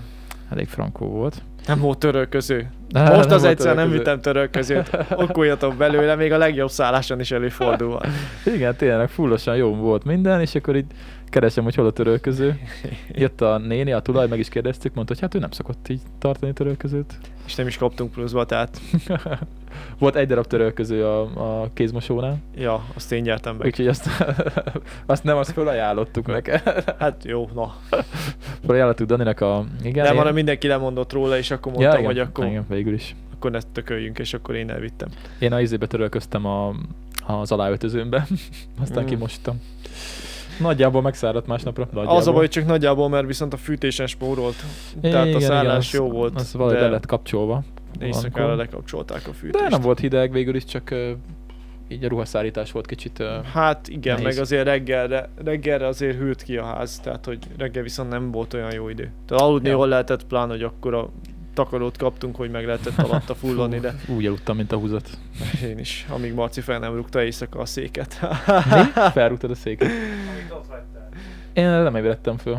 [SPEAKER 1] Elég frankó volt.
[SPEAKER 2] Nem volt törölköző.
[SPEAKER 1] De
[SPEAKER 2] Most az
[SPEAKER 1] volt
[SPEAKER 2] egyszer nem
[SPEAKER 1] örököző.
[SPEAKER 2] vittem törölközőt. Okuljatok belőle, még a legjobb szálláson is előfordul.
[SPEAKER 1] Igen, tényleg fullosan jó volt minden, és akkor így keresem, hogy hol a törölköző. Jött a néni, a tulaj, meg is kérdeztük, mondta, hogy hát ő nem szokott így tartani törölközőt.
[SPEAKER 2] És nem is kaptunk pluszba, tehát
[SPEAKER 1] Volt egy darab törölköző a, a kézmosónál,
[SPEAKER 2] ja, azt én nyertem meg.
[SPEAKER 1] úgyhogy azt, azt nem, azt fölajánlottuk neki.
[SPEAKER 2] Hát jó, na.
[SPEAKER 1] Fölajánlottuk Daninak a... Igen,
[SPEAKER 2] Nem,
[SPEAKER 1] én-
[SPEAKER 2] hanem mindenki lemondott róla, és akkor
[SPEAKER 1] Ja,
[SPEAKER 2] mondtam,
[SPEAKER 1] igen,
[SPEAKER 2] hogy akkor,
[SPEAKER 1] Igen, végül is.
[SPEAKER 2] akkor ne tököljünk, és akkor én elvittem.
[SPEAKER 1] Én a izébe törölköztem a, az aláöltözőmbe, aztán
[SPEAKER 2] Mm.
[SPEAKER 1] mm. kimostam. Nagyjából megszáradt másnapra. Nagyjából.
[SPEAKER 2] Az a baj, hogy csak nagyjából, mert viszont a fűtésen spórolt. Tehát a szállás jó volt,
[SPEAKER 1] Az valahogy
[SPEAKER 2] de-
[SPEAKER 1] le lett kapcsolva.
[SPEAKER 2] Éjszakára
[SPEAKER 1] valamikor.
[SPEAKER 2] lekapcsolták a fűtést.
[SPEAKER 1] De nem volt hideg, végül is csak ö, így a ruhaszállítás volt kicsit... ö,
[SPEAKER 2] Hát igen,
[SPEAKER 1] Nehéz.
[SPEAKER 2] meg azért reggelre, reggelre azért hűlt ki a ház, tehát hogy reggel viszont nem volt olyan jó idő. Tehát aludni
[SPEAKER 1] Ja.
[SPEAKER 2] ja. jól lehetett, pláne, hogy akkor a takarót kaptunk, hogy meg lehetett alatta fullani, de
[SPEAKER 1] Úgy aludtam, mint a húzat.
[SPEAKER 2] én is, amíg Marci fel nem rúgta éjszaka a széket.
[SPEAKER 1] Felrúgtad a széket.
[SPEAKER 3] Amit ott vettem.
[SPEAKER 1] Én nem ébredtem föl.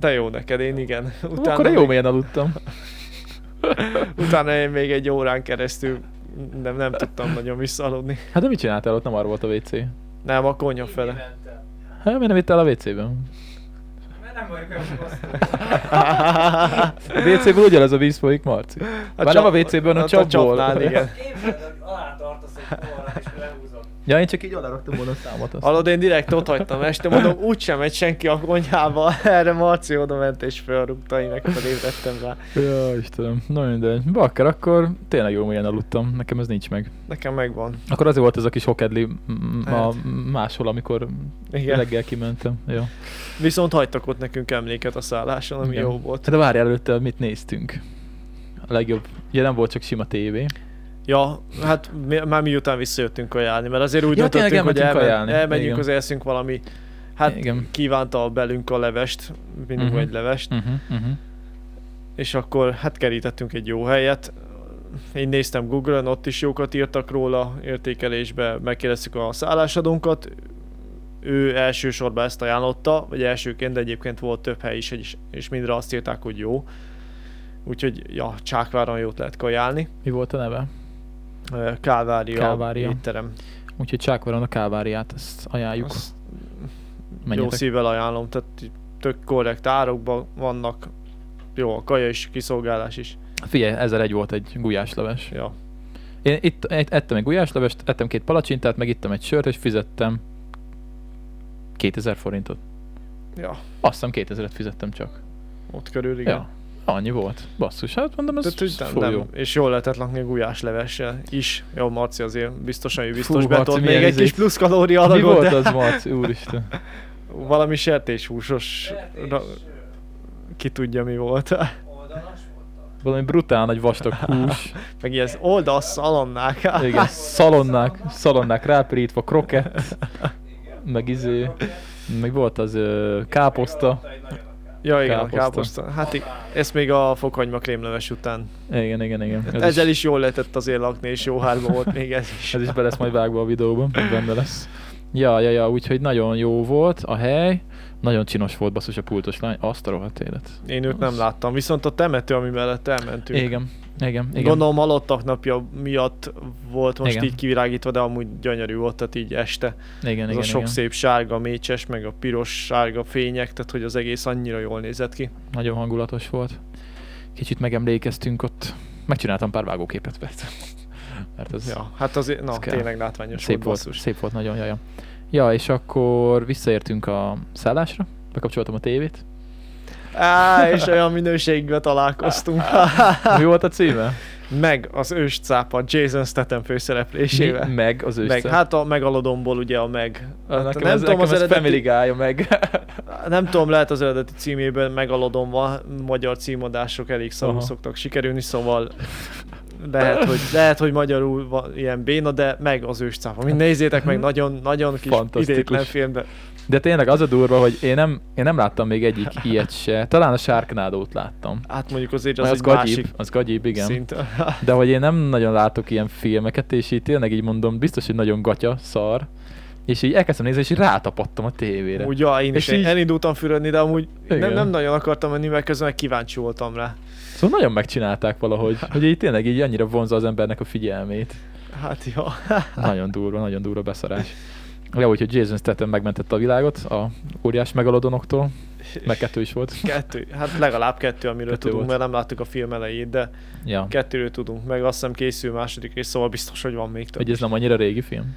[SPEAKER 2] De jó neked, én igen.
[SPEAKER 1] Utána Akkor jó
[SPEAKER 2] még-
[SPEAKER 1] mélyen aludtam.
[SPEAKER 2] utána én még egy órán keresztül nem, nem tudtam nagyon visszaaludni.
[SPEAKER 1] Hát de mit csináltál ott? Nem arra volt a WC.
[SPEAKER 2] Nem, a konyha
[SPEAKER 3] Így
[SPEAKER 2] fele.
[SPEAKER 3] mentem.
[SPEAKER 1] Hát miért nem ittál a WC-ben?
[SPEAKER 3] Mert nem vagyok olyan gonosz.
[SPEAKER 1] A WC-ből ugyanaz a víz folyik, Marci.
[SPEAKER 2] A
[SPEAKER 1] Már nem a WC-ből, a
[SPEAKER 2] hát
[SPEAKER 1] csapból.
[SPEAKER 2] csapnál, igen.
[SPEAKER 3] Képzeld, hogy alá tartasz egy forrát és lehúzod.
[SPEAKER 1] Ja, én csak így aláraktam volna a számot. Azt.
[SPEAKER 2] Alod, én direkt ott hagytam este, mondom, úgysem megy senki a konyhába, erre Marci oda ment és felrúgta, én meg felébredtem rá.
[SPEAKER 1] Ja, Istenem. Na mindegy. Bakker, akkor tényleg jó mélyen aludtam. Nekem ez nincs meg.
[SPEAKER 2] Nekem megvan.
[SPEAKER 1] Akkor azért volt ez a kis hokedli m- m- a
[SPEAKER 2] Hát.
[SPEAKER 1] máshol, amikor
[SPEAKER 2] Igen.
[SPEAKER 1] reggel kimentem. Jó.
[SPEAKER 2] Viszont hagytak ott nekünk emléket a szálláson, ami
[SPEAKER 1] Igen. Hát
[SPEAKER 2] jó volt.
[SPEAKER 1] De várj előtte, mit néztünk? A legjobb. Ugye nem volt csak sima tévé.
[SPEAKER 2] Ja, hát mi, már miután visszajöttünk kajálni, mert azért úgy
[SPEAKER 1] Ja,
[SPEAKER 2] döntöttünk,
[SPEAKER 1] tényleg
[SPEAKER 2] hogy
[SPEAKER 1] elmentünk
[SPEAKER 2] elmen,
[SPEAKER 1] kajálni.
[SPEAKER 2] elmegyünk,
[SPEAKER 1] Igen.
[SPEAKER 2] az eszünk valami, hát
[SPEAKER 1] Igen.
[SPEAKER 2] Igen. kívánta belünk a levest, mindig
[SPEAKER 1] Mhm.
[SPEAKER 2] uh-huh. egy levest, uh-huh.
[SPEAKER 1] Uh-huh, uh-huh.
[SPEAKER 2] és akkor hát kerítettünk egy jó helyet. Én néztem Google-on, ott is jókat írtak róla értékelésbe, megkérdeztük a szállásadónkat, ő elsősorban ezt ajánlotta, vagy elsőként, de egyébként volt több hely is, és, és mindre azt írták, hogy jó. Úgyhogy, ja, Csákváron jót lehet kajálni.
[SPEAKER 1] Mi volt a neve?
[SPEAKER 2] Ö, Kálvária,
[SPEAKER 1] Kálvária.
[SPEAKER 2] Kálvária. étterem.
[SPEAKER 1] Úgyhogy Csákvaron a Káváriát, ezt ajánljuk.
[SPEAKER 2] Azt Jó
[SPEAKER 1] Menjetek.
[SPEAKER 2] szívvel ajánlom, tehát tök korrekt árokban vannak. Jó, a kaja is, kiszolgálás is.
[SPEAKER 1] Figyelj, ezer egy volt egy gulyásleves.
[SPEAKER 2] Ja.
[SPEAKER 1] Én itt et- ettem egy gulyáslevest, ettem két palacsintát, meg ittem egy sört, és fizettem 2000 forintot.
[SPEAKER 2] ja,
[SPEAKER 1] Azt hiszem 2000-et fizettem csak.
[SPEAKER 2] ott körül, igen.
[SPEAKER 1] Ja, annyi volt. Basszus, hát mondom, ez
[SPEAKER 2] Tehát, hogy nem,
[SPEAKER 1] fú,
[SPEAKER 2] nem.
[SPEAKER 1] jó.
[SPEAKER 2] És jól lehetett lakni a gulyás levessel is. Jó, Marci azért biztosan, hogy biztos
[SPEAKER 1] Fú,
[SPEAKER 2] betolt
[SPEAKER 1] Marci,
[SPEAKER 2] még
[SPEAKER 1] milyen
[SPEAKER 2] egy kis
[SPEAKER 1] izé-
[SPEAKER 2] plusz kalória
[SPEAKER 1] Mi
[SPEAKER 2] adagot,
[SPEAKER 1] volt
[SPEAKER 2] de
[SPEAKER 1] az, Marci? Úristen.
[SPEAKER 2] valami sertéshúsos,
[SPEAKER 3] Sertés,
[SPEAKER 2] ra-
[SPEAKER 3] ö,
[SPEAKER 2] ki tudja mi volt.
[SPEAKER 3] Oldalas voltam.
[SPEAKER 1] Valami brutál nagy vastag hús.
[SPEAKER 2] Meg ilyen oldal szalonnák.
[SPEAKER 1] Igen, szalonnák, szalonnák rápirítva, krokett,
[SPEAKER 3] Igen.
[SPEAKER 1] meg izé,
[SPEAKER 3] Meg
[SPEAKER 1] meg volt az ö, káposzta.
[SPEAKER 3] alatta egy nagyon akár.
[SPEAKER 2] Ja, igen,
[SPEAKER 1] Káposzta.
[SPEAKER 2] káposzta. káposzta. Hát i- ez még a fokhagyma krémleves után.
[SPEAKER 1] Igen, igen, igen. Ez
[SPEAKER 2] Ezzel is jól lehetett azért lakni, és jó hárba volt még ez is.
[SPEAKER 1] Ez is be lesz majd vágva a videóban, benne lesz. Ja, ja, ja, úgyhogy nagyon jó volt a hely, nagyon csinos volt basszus a pultos lány, azt a rohadt élet.
[SPEAKER 2] Én őt nem
[SPEAKER 1] Az-
[SPEAKER 2] láttam, viszont a temető, ami mellett elmentünk.
[SPEAKER 1] Igen, igen, igen.
[SPEAKER 2] Gondolom halottak napja miatt volt most
[SPEAKER 1] Igen.
[SPEAKER 2] igen. így kivilágítva, de amúgy gyönyörű volt, tehát így este.
[SPEAKER 1] igen,
[SPEAKER 2] Ez
[SPEAKER 1] igen,
[SPEAKER 2] a sok
[SPEAKER 1] igen.
[SPEAKER 2] szép sárga mécses, meg a piros sárga fények, tehát hogy az egész annyira jól nézett ki.
[SPEAKER 1] Nagyon hangulatos volt. Kicsit megemlékeztünk ott. Megcsináltam pár vágóképet persze. Mert ez
[SPEAKER 2] Ja, hát azért, na,
[SPEAKER 1] ez kell.
[SPEAKER 2] tényleg látványos
[SPEAKER 1] szép volt,
[SPEAKER 2] basszus.
[SPEAKER 1] szép volt nagyon, jaja. Ja, és akkor visszaértünk a szállásra, bekapcsoltam a tévét.
[SPEAKER 2] Á, és olyan minőségben találkoztunk.
[SPEAKER 1] Mi volt a címe?
[SPEAKER 2] meg az őscápa Jason Statham főszereplésével.
[SPEAKER 1] Mi? Meg az ősszel.
[SPEAKER 2] Meg, hát a megalodonból ugye a meg.
[SPEAKER 1] Ah,
[SPEAKER 2] Hát
[SPEAKER 1] nekem nem ez, tudom, nekem az ez Family guy meg.
[SPEAKER 2] Nem tudom, lehet az eredeti címében megalodon van, magyar címadások elég szarul
[SPEAKER 1] Aha.
[SPEAKER 2] szoktak sikerülni, szóval Lehet, hogy, lehet, hogy magyarul van ilyen béna, de meg az őscáfa. Mind nézzétek meg, nagyon, nagyon kis
[SPEAKER 1] Fantasztikus.
[SPEAKER 2] idétlen film, de
[SPEAKER 1] De tényleg az a durva, hogy én nem, én nem láttam még egyik ilyet se. Talán a Sárknádót láttam.
[SPEAKER 2] hát mondjuk azért az,
[SPEAKER 1] Az,
[SPEAKER 2] az
[SPEAKER 1] az
[SPEAKER 2] egy
[SPEAKER 1] gagyibb,
[SPEAKER 2] másik
[SPEAKER 1] az gagyibb, igen. Szint.
[SPEAKER 2] szint.
[SPEAKER 1] De hogy én nem nagyon látok ilyen filmeket, és így tényleg így mondom, biztos, hogy nagyon gatya, szar. És így elkezdtem nézni, és így rátapadtam a tévére.
[SPEAKER 2] Úgy, ja, én
[SPEAKER 1] És
[SPEAKER 2] is így...
[SPEAKER 1] így-
[SPEAKER 2] elindultam fürödni, de amúgy nem,
[SPEAKER 1] Igen.
[SPEAKER 2] nem, nagyon akartam menni, mert közben meg kíváncsi voltam rá.
[SPEAKER 1] Szóval nagyon megcsinálták valahogy, hogy így tényleg így annyira vonza az embernek a figyelmét.
[SPEAKER 2] Hát jó.
[SPEAKER 1] Nagyon durva, nagyon durva beszarás. Ja, úgyhogy Jason Statham megmentette a világot a óriás megalodonoktól, meg kettő is volt.
[SPEAKER 2] Kettő, hát legalább kettő, amiről
[SPEAKER 1] Kettő
[SPEAKER 2] kettő tudunk,
[SPEAKER 1] volt.
[SPEAKER 2] mert nem láttuk a film elejét, de
[SPEAKER 1] Ja.
[SPEAKER 2] kettőről tudunk, meg azt hiszem készül második rész, szóval biztos, hogy van még több.
[SPEAKER 1] Hogy ez nem annyira régi film.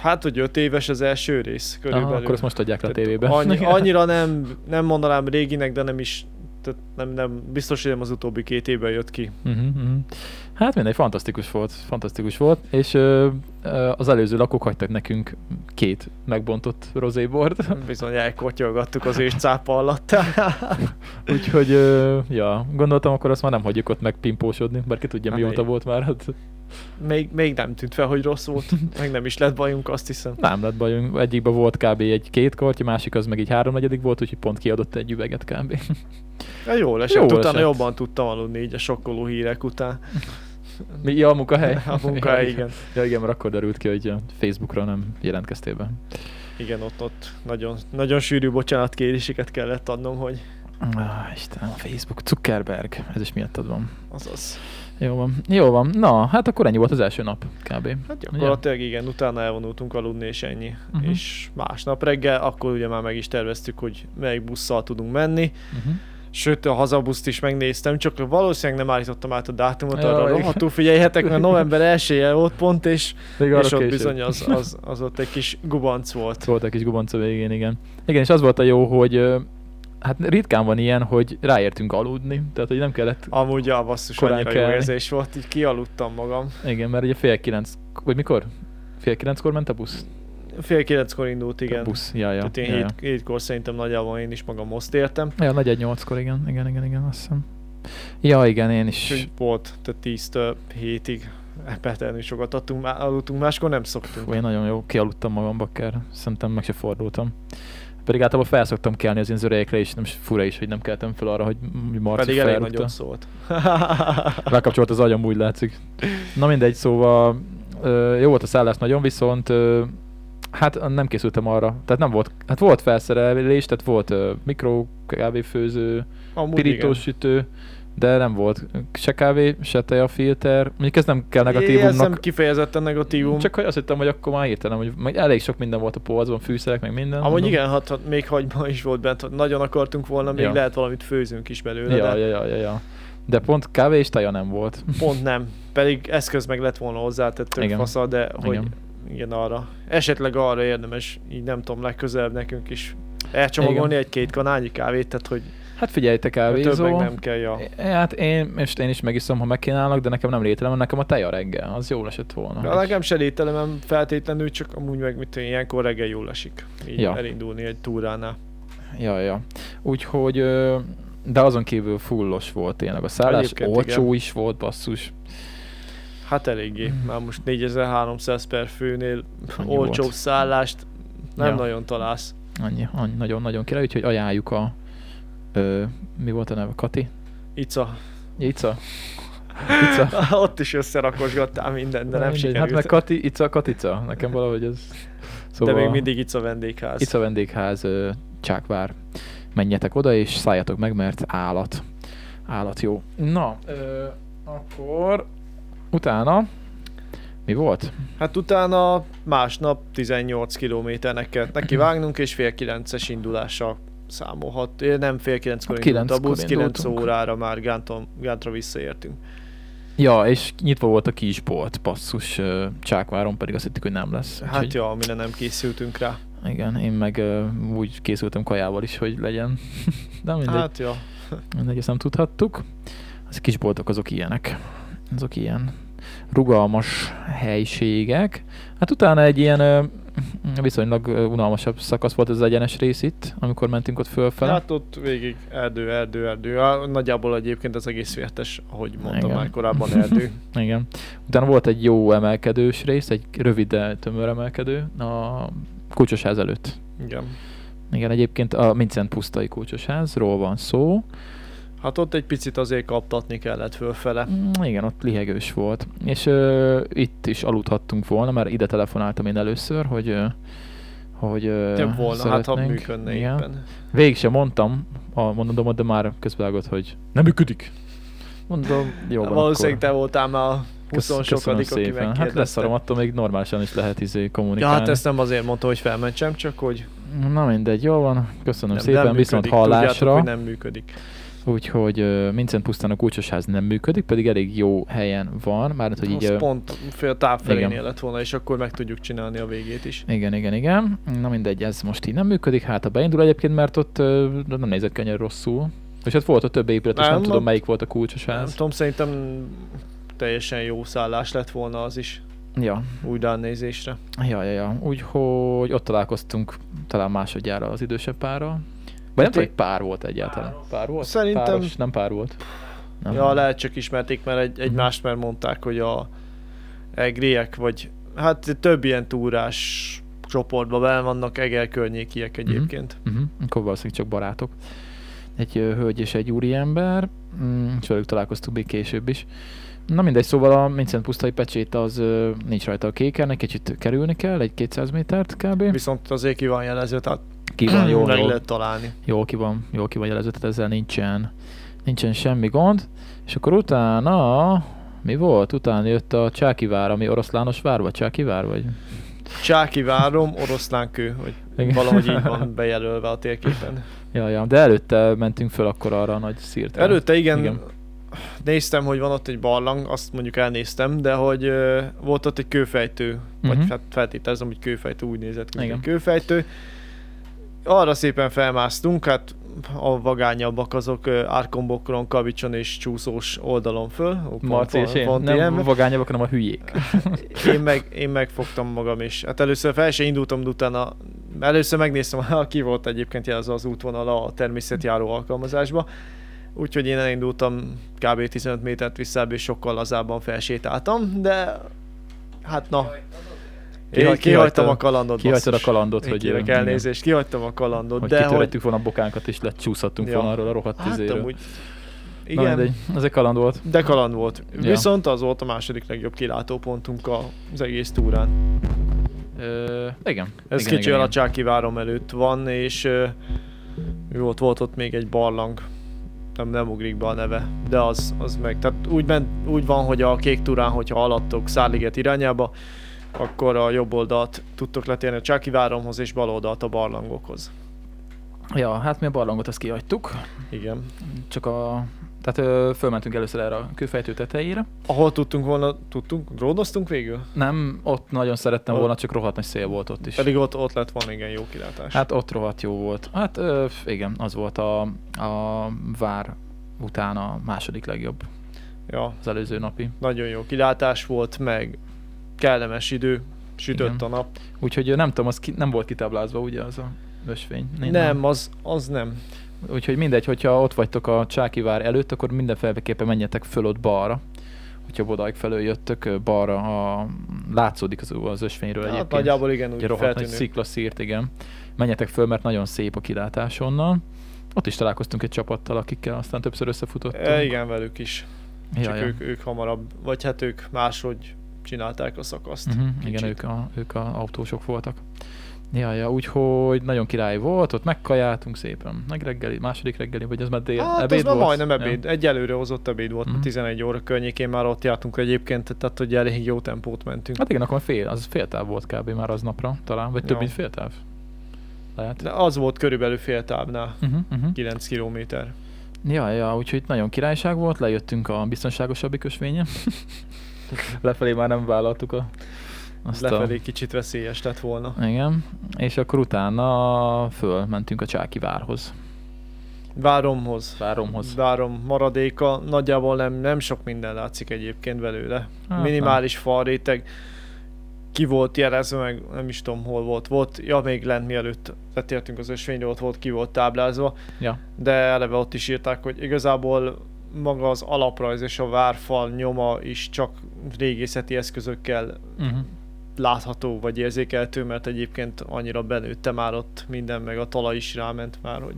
[SPEAKER 2] Hát, hogy öt éves az első rész körülbelül.
[SPEAKER 1] Aha, akkor ezt most adják le a
[SPEAKER 2] Tehát
[SPEAKER 1] tévébe.
[SPEAKER 2] Annyi, annyira nem, nem mondanám réginek, de nem is, tehát nem, nem, biztos, hogy nem az utóbbi két évben jött ki.
[SPEAKER 1] Uh-huh, uh-huh. Hát mindegy, fantasztikus volt, fantasztikus volt, és ö, ö, az előző lakók hagytak nekünk két megbontott rozébort,
[SPEAKER 2] Bizony elkotyolgattuk az és cápa alatt.
[SPEAKER 1] úgyhogy ö, ja, gondoltam akkor azt már nem hagyjuk ott meg pimpósodni, bár ki tudja
[SPEAKER 2] Hát
[SPEAKER 1] mióta
[SPEAKER 2] igen.
[SPEAKER 1] volt már, hát
[SPEAKER 2] Még, még nem tűnt fel, hogy rossz volt, meg nem is lett bajunk, azt hiszem.
[SPEAKER 1] nem lett bajunk, egyikben volt kb. egy két korty, másik az meg így háromnegyedik volt, úgyhogy pont kiadott egy üveget kb.
[SPEAKER 2] Ja, jól esett,
[SPEAKER 1] Jól
[SPEAKER 2] utána
[SPEAKER 1] esett.
[SPEAKER 2] jobban tudtam aludni így a sokkoló hírek után.
[SPEAKER 1] Mi, ja, a munkahely?
[SPEAKER 2] A munkahely,
[SPEAKER 1] ja,
[SPEAKER 2] igen.
[SPEAKER 1] Ja, igen, mert akkor derült ki, hogy Facebookra nem jelentkeztél be.
[SPEAKER 2] Igen, ott, ott nagyon, nagyon sűrű bocsánatkéréseket kellett adnom, hogy
[SPEAKER 1] Ah, Istenem, Facebook, Zuckerberg, ez is miattad van.
[SPEAKER 2] azaz.
[SPEAKER 1] Jó van. Jó van. Na, hát akkor ennyi volt az első nap, kb.
[SPEAKER 2] Hát gyakorlatilag igen, utána elvonultunk aludni, és ennyi.
[SPEAKER 1] Mhm.
[SPEAKER 2] Uh-huh. És másnap reggel, akkor ugye már meg is terveztük, hogy melyik busszal tudunk menni.
[SPEAKER 1] Uh-huh.
[SPEAKER 2] Sőt, a hazabuszt is megnéztem, csak valószínűleg nem állítottam át a dátumot,
[SPEAKER 1] Jaj.
[SPEAKER 2] arra rohadtul figyeljetek, mert november 1 -je volt pont, és,
[SPEAKER 1] Még arra
[SPEAKER 2] és ott
[SPEAKER 1] később.
[SPEAKER 2] bizony az, az, az ott egy kis gubanc volt.
[SPEAKER 1] Volt egy kis gubanca végén, igen. Igen, és az volt a jó, hogy ö, hát ritkán van ilyen, hogy ráértünk aludni, tehát hogy nem kellett,
[SPEAKER 2] Amúgy a basszus
[SPEAKER 1] Korán
[SPEAKER 2] annyira
[SPEAKER 1] kell.
[SPEAKER 2] jó érzés volt, így kialudtam magam.
[SPEAKER 1] igen, mert ugye fél kilenc, vagy mikor? Fél kilenckor ment a busz?
[SPEAKER 2] Fél kilenckor indult, igen.
[SPEAKER 1] A busz, ja, ja.
[SPEAKER 2] Tehát én
[SPEAKER 1] ja, ja.
[SPEAKER 2] hét, hétkor szerintem nagyjából én is magam most értem.
[SPEAKER 1] ja nagy egy nyolckor, igen, igen, igen, igen, azt hiszem. Ja, igen, én is.
[SPEAKER 2] Úgyhogy volt, tehát 10-től 7-ig epetelni sokat adtunk, má- aludtunk, máskor nem szoktunk.
[SPEAKER 1] Fú, én nagyon jó, kialudtam magam bakker, szerintem meg se fordultam. Pedig általában felszoktam kelni az én zöreikre, és nem s- fura is, hogy nem keltem fel arra, hogy m- Marci
[SPEAKER 2] Pedig elég
[SPEAKER 1] felrúgta.
[SPEAKER 2] nagyot szólt.
[SPEAKER 1] Lekapcsolt az agyam, úgy látszik. Na mindegy, szóval ö, jó volt a szállás nagyon, viszont ö, hát nem készültem arra. Tehát nem volt, hát volt felszerelés, tehát volt ö, mikro, kávéfőző,
[SPEAKER 2] Amúgy
[SPEAKER 1] pirítós
[SPEAKER 2] igen.
[SPEAKER 1] sütő, de nem volt se kávé, se tejafilter. Mondjuk ez nem kell
[SPEAKER 2] Ez nem
[SPEAKER 1] negatívumnak.
[SPEAKER 2] kifejezetten negatívum.
[SPEAKER 1] Csak hogy azt hittem, hogy akkor már hirtelen, hogy meg elég sok minden volt a polcban, fűszerek, meg minden.
[SPEAKER 2] Amúgy
[SPEAKER 1] mondom.
[SPEAKER 2] igen, hat, hat, még hagyma is volt bent, ha nagyon akartunk volna, még
[SPEAKER 1] Ja.
[SPEAKER 2] lehet valamit főzünk is belőle,
[SPEAKER 1] Ja,
[SPEAKER 2] de
[SPEAKER 1] ja, ja, ja, ja. De pont kávé és teja nem volt.
[SPEAKER 2] pont nem. Pedig eszköz meg lett volna hozzá, tehát tök
[SPEAKER 1] Igen.
[SPEAKER 2] fasza, de hogy igen.
[SPEAKER 1] Igen.
[SPEAKER 2] arra. Esetleg arra érdemes, így nem tudom, legközelebb nekünk is elcsomagolni egy-két kanálnyi kávét, tehát hogy
[SPEAKER 1] Hát figyelj, te
[SPEAKER 2] több meg
[SPEAKER 1] kávézó.
[SPEAKER 2] nem kell, ja.
[SPEAKER 1] É, Hát én, most én is megiszom, ha megkínálnak, de nekem nem lételem, mert nekem a teja reggel, az jól esett volna.
[SPEAKER 2] De nekem se lételemem feltétlenül, csak amúgy meg mit tudom, ilyenkor reggel jól esik. Így
[SPEAKER 1] Ja.
[SPEAKER 2] ja. elindulni egy túránál.
[SPEAKER 1] Ja, ja. Úgyhogy, ö, de azon kívül fullos volt tényleg a szállás,
[SPEAKER 2] Egyébként
[SPEAKER 1] olcsó
[SPEAKER 2] igen.
[SPEAKER 1] is volt, basszus.
[SPEAKER 2] Hát eléggé.
[SPEAKER 1] Mhm.
[SPEAKER 2] Már most 4300 per főnél
[SPEAKER 1] Annyi volt.
[SPEAKER 2] olcsóbb szállást nem
[SPEAKER 1] Ja.
[SPEAKER 2] ja. nagyon találsz.
[SPEAKER 1] Annyi, annyi nagyon-nagyon király, úgyhogy ajánljuk a... Ö, mi volt a neve? Kati?
[SPEAKER 2] Ica.
[SPEAKER 1] Ica? Ica?
[SPEAKER 2] Ott is összerakosgattál mindent, de nem
[SPEAKER 1] Mindegy.
[SPEAKER 2] sikerült.
[SPEAKER 1] Hát meg Szóval- Kati, Ica, Katica. Nekem valahogy ez...
[SPEAKER 2] De még mindig Ica vendégház.
[SPEAKER 1] Itt a vendégház, ö, Csákvár. Menjetek oda, és szálljatok meg, mert állat. Állat jó. Na, ö, akkor utána mi volt?
[SPEAKER 2] Hát utána másnap 18 kilométernek kellett
[SPEAKER 1] Mhm.
[SPEAKER 2] neki vágnunk, és fél kilences indulással számolhat. Én Nem fél kilenckor
[SPEAKER 1] Hát
[SPEAKER 2] indult a
[SPEAKER 1] kilenckor
[SPEAKER 2] busz, kilenc
[SPEAKER 1] indultunk.
[SPEAKER 2] órára már Gánton, Gántra visszaértünk.
[SPEAKER 1] Ja, és nyitva volt a kisbolt, passzus ö, Csákváron, pedig azt hittük, hogy nem lesz.
[SPEAKER 2] Hát
[SPEAKER 1] Úgyhogy-
[SPEAKER 2] Úgyhogy... ja, amire nem készültünk rá.
[SPEAKER 1] Igen, én meg ö, úgy készültem kajával is, hogy legyen. De mindegy, hát.
[SPEAKER 2] Hát ja.
[SPEAKER 1] mindegy, ezt nem tudhattuk. Az kisboltok azok ilyenek. Azok ilyen rugalmas helyiségek. Hát utána egy ilyen ö, viszonylag ö, unalmasabb szakasz volt az egyenes rész itt, amikor mentünk ott fölfele.
[SPEAKER 2] Hát ott végig erdő, erdő, erdő. Á, Nagyjából egyébként az egész vértes, ahogy mondtam
[SPEAKER 1] Igen.
[SPEAKER 2] már korábban, erdő.
[SPEAKER 1] Igen. Utána volt egy jó emelkedős rész, egy rövid, de tömör emelkedő, a kulcsosház előtt.
[SPEAKER 2] Igen.
[SPEAKER 1] Igen, egyébként a Mincent pusztai kulcsosházról van szó.
[SPEAKER 2] Hát ott egy picit azért kaptatni kellett fölfele.
[SPEAKER 1] Mm, Igen, ott lihegős volt. És ö, itt is aludhattunk volna, mert ide telefonáltam én először, hogy ö, hogy ö,
[SPEAKER 2] Több volna, hát ha
[SPEAKER 1] szeretnénk.
[SPEAKER 2] működne
[SPEAKER 1] Igen.
[SPEAKER 2] éppen.
[SPEAKER 1] Végig sem mondtam a mondandomat, de már közbevágott, hogy nem működik. Mondom, jó van
[SPEAKER 2] Valószínűleg
[SPEAKER 1] akkor.
[SPEAKER 2] te voltál már a 20
[SPEAKER 1] Kösz- köszönöm
[SPEAKER 2] sokadik, aki
[SPEAKER 1] szépen. Hát leszarom,
[SPEAKER 2] megkérdezte.
[SPEAKER 1] attól még normálisan is lehet izé
[SPEAKER 2] Ja,
[SPEAKER 1] kommunikálni.
[SPEAKER 2] hát ezt nem azért mondta, hogy felmentsem, csak hogy
[SPEAKER 1] Na mindegy, jól van, köszönöm
[SPEAKER 2] nem,
[SPEAKER 1] szépen,
[SPEAKER 2] nem
[SPEAKER 1] viszont
[SPEAKER 2] működik. Tudjátok,
[SPEAKER 1] hallásra. Hát,
[SPEAKER 2] hogy nem működik.
[SPEAKER 1] Úgyhogy ö, Mincent pusztán a kulcsosház nem működik, pedig elég jó helyen van, már hogy így...
[SPEAKER 2] Azt
[SPEAKER 1] ö,
[SPEAKER 2] pont fél táv felénél
[SPEAKER 1] igen.
[SPEAKER 2] lett volna, és akkor meg tudjuk csinálni a végét is.
[SPEAKER 1] Igen, igen, igen. Na mindegy, ez most így nem működik, hát ha beindul egyébként, mert ott ö, nem nézett ki annyira rosszul. És hát volt a több épület, és nem,
[SPEAKER 2] Nem,
[SPEAKER 1] tudom
[SPEAKER 2] ott-
[SPEAKER 1] melyik volt a
[SPEAKER 2] Nem
[SPEAKER 1] kulcsosház.
[SPEAKER 2] tudom, szerintem teljesen jó szállás lett volna az is
[SPEAKER 1] Ja,
[SPEAKER 2] úgy ránézésre.
[SPEAKER 1] ja, ja, ja. Úgyhogy ott találkoztunk talán másodjára az idősebb párral. Vagy nem
[SPEAKER 2] Hát
[SPEAKER 1] tudom,
[SPEAKER 2] én-
[SPEAKER 1] hogy pár volt egyáltalán. Pár volt?
[SPEAKER 2] Szerintem-
[SPEAKER 1] Páros, nem pár volt. Nem. Mhm.
[SPEAKER 2] Ja, lehet csak ismerték, mert egy, egymást már mondták, hogy a egriek, vagy hát több ilyen túrás csoportban benne vannak Eger környékiek egyébként.
[SPEAKER 1] Uh-huh. Akkor valószínűleg csak barátok. Egy ö, hölgy és egy úriember, mm, és velük találkoztuk még később is. Na mindegy, szóval a Mincent pusztai pecsét az ö, nincs rajta a kéken, egy kicsit kerülni kell, egy 200 métert kb.
[SPEAKER 2] Viszont azért ki van jelezve, tehát
[SPEAKER 1] Ki van, jól,
[SPEAKER 2] meg
[SPEAKER 1] jól,
[SPEAKER 2] lehet találni.
[SPEAKER 1] jól ki van, jól ki van jelezve, tehát ezzel nincsen, nincsen semmi gond. És akkor utána, mi volt? Utána jött a Csákivár, ami oroszlános vár, vagy Csákivár, vagy?
[SPEAKER 2] Csáki várom, oroszlánkő, hogy
[SPEAKER 1] Igen.
[SPEAKER 2] valahogy így van bejelölve a térképen.
[SPEAKER 1] Ja, ja, de előtte mentünk föl akkor arra a nagy szírt.
[SPEAKER 2] Előtte igen,
[SPEAKER 1] Igen.
[SPEAKER 2] igen, néztem, hogy van ott egy barlang, azt mondjuk elnéztem, de hogy ö, volt ott egy kőfejtő, vagy
[SPEAKER 1] Mhm.
[SPEAKER 2] hát feltételezem, hogy kőfejtő úgy nézett ki, hogy
[SPEAKER 1] Igen.
[SPEAKER 2] egy kőfejtő. Arra szépen felmásztunk, hát a vagányabbak azok ö, árkombokron, kavicson és csúszós oldalon föl. Ó, pont-
[SPEAKER 1] Marci és
[SPEAKER 2] pont-
[SPEAKER 1] én,
[SPEAKER 2] pont
[SPEAKER 1] nem
[SPEAKER 2] ilyen.
[SPEAKER 1] vagányabbak, hanem a hülyék.
[SPEAKER 2] én, meg, én megfogtam magam is. Hát először fel se indultam, de utána először megnéztem, ha ki volt egyébként jelzve az útvonala a természetjáró alkalmazásba. Úgyhogy én elindultam kb. 15 métert visszább, és sokkal lazábban felsétáltam, de hát na.
[SPEAKER 1] Kihagy-
[SPEAKER 2] Én kihagytam
[SPEAKER 1] kihagytad-
[SPEAKER 2] a kalandot.
[SPEAKER 1] Kihagytad a
[SPEAKER 2] basszus.
[SPEAKER 1] kalandot,
[SPEAKER 2] Én
[SPEAKER 1] hogy...
[SPEAKER 2] kérek
[SPEAKER 1] igen,
[SPEAKER 2] elnézést, kihagytam a kalandot,
[SPEAKER 1] Hogy
[SPEAKER 2] de hogy...
[SPEAKER 1] kitörettük volna a bokánkat, és lecsúszhattunk
[SPEAKER 2] Ja.
[SPEAKER 1] volna arról a rohadt
[SPEAKER 2] Hát
[SPEAKER 1] izéről.
[SPEAKER 2] amúgy...
[SPEAKER 1] Na
[SPEAKER 2] Igen,
[SPEAKER 1] mindegy, ez egy kaland volt.
[SPEAKER 2] de kaland volt.
[SPEAKER 1] Ja.
[SPEAKER 2] Viszont az volt a második legjobb kilátópontunk az egész túrán.
[SPEAKER 1] Ö, igen.
[SPEAKER 2] Ez
[SPEAKER 1] igen,
[SPEAKER 2] igen, kicsi
[SPEAKER 1] igen,
[SPEAKER 2] a Csáki várom előtt van, és ö, mi volt, volt ott még egy barlang, nem, nem ugrik be a neve, de az, az meg, tehát úgy, ment, úgy van, hogy a kék turán, hogyha alattok Szárliget irányába, akkor a jobb oldalt tudtok letérni a Csáki váromhoz, és bal oldalt a barlangokhoz.
[SPEAKER 1] Ja, hát mi a barlangot azt kihagytuk,
[SPEAKER 2] Igen.
[SPEAKER 1] csak a... Tehát ö, fölmentünk először erre a kőfejtő tetejére.
[SPEAKER 2] Ahol tudtunk volna, tudtunk, drónoztunk végül?
[SPEAKER 1] Nem, ott nagyon szerettem
[SPEAKER 2] Ott-
[SPEAKER 1] volna, csak rohadt nagy szél volt ott is.
[SPEAKER 2] Pedig ott, ott lett volna igen jó kilátás.
[SPEAKER 1] Hát ott rohadt jó volt. Hát ö, igen, az volt a, a vár után a második legjobb
[SPEAKER 2] Ja,
[SPEAKER 1] az előző napi.
[SPEAKER 2] nagyon jó kilátás volt, meg kellemes idő, sütött
[SPEAKER 1] Igen.
[SPEAKER 2] a nap,
[SPEAKER 1] Úgyhogy ö, nem tudom, az ki, nem volt kitáblázva ugye az a ösvény. Nincs,
[SPEAKER 2] nem, az, az nem.
[SPEAKER 1] Úgyhogy mindegy, hogyha ott vagytok a Csákivár előtt, akkor mindenféleképpen menjetek föl ott balra. Hogyha Bodáig felől jöttök, ö, balra a... látszódik az, az ösvényről
[SPEAKER 2] Hát
[SPEAKER 1] egyébként.
[SPEAKER 2] nagyjából igen,
[SPEAKER 1] Ugye
[SPEAKER 2] úgy
[SPEAKER 1] rohadt nagy
[SPEAKER 2] feltűnő.
[SPEAKER 1] sziklaszírt, igen. Menjetek föl, mert nagyon szép a kilátás onnan. Ott is találkoztunk egy csapattal, akikkel aztán többször összefutottunk.
[SPEAKER 2] E, igen, velük is.
[SPEAKER 1] Ja,
[SPEAKER 2] Csak
[SPEAKER 1] ja.
[SPEAKER 2] Ők, ők hamarabb, vagy hát ők máshogy csinálták a szakaszt.
[SPEAKER 1] Uh-huh, igen,
[SPEAKER 2] kicsit.
[SPEAKER 1] ők a, ők a autósok voltak. Ja, ja, úgyhogy nagyon király volt, ott megkajáltunk szépen. Meg reggeli, második reggeli, vagy az már dél,
[SPEAKER 2] Hát
[SPEAKER 1] ebéd
[SPEAKER 2] ebéd az már
[SPEAKER 1] volt?
[SPEAKER 2] majdnem
[SPEAKER 1] Ja.
[SPEAKER 2] ebéd. Egyelőre hozott ebéd volt,
[SPEAKER 1] Mhm.
[SPEAKER 2] mm 11 óra környékén már ott jártunk egyébként, tehát hogy elég jó tempót mentünk.
[SPEAKER 1] Hát igen, akkor fél, az fél táv volt kb. már aznapra, talán, vagy több
[SPEAKER 2] Ja.
[SPEAKER 1] mint fél táv. Lehet.
[SPEAKER 2] De az volt körülbelül fél távnál,
[SPEAKER 1] Uh-huh, uh-huh.
[SPEAKER 2] 9 kilométer.
[SPEAKER 1] Ja, ja, úgyhogy nagyon királyság volt, lejöttünk a biztonságosabbik ösvényen. Lefelé már nem vállaltuk a... Azt
[SPEAKER 2] Lefelé kicsit veszélyes lett volna.
[SPEAKER 1] A... Igen, és akkor utána fölmentünk a Csáki várhoz,
[SPEAKER 2] Váromhoz.
[SPEAKER 1] váromhoz.
[SPEAKER 2] Várom maradéka, nagyjából nem, nem sok minden látszik egyébként belőle.
[SPEAKER 1] Hát nem.
[SPEAKER 2] Minimális falréteg. ki volt jelezve, meg nem is tudom hol volt, volt, ja még lent mielőtt letértünk az ösvényre, ott volt ki volt táblázva,
[SPEAKER 1] Ja.
[SPEAKER 2] de eleve ott is írták, hogy igazából maga az alaprajz és a várfal nyoma is csak régészeti eszközökkel
[SPEAKER 1] Uh-huh.
[SPEAKER 2] látható vagy érzékeltő, mert egyébként annyira benőtte már ott minden, meg a talaj is ráment már, hogy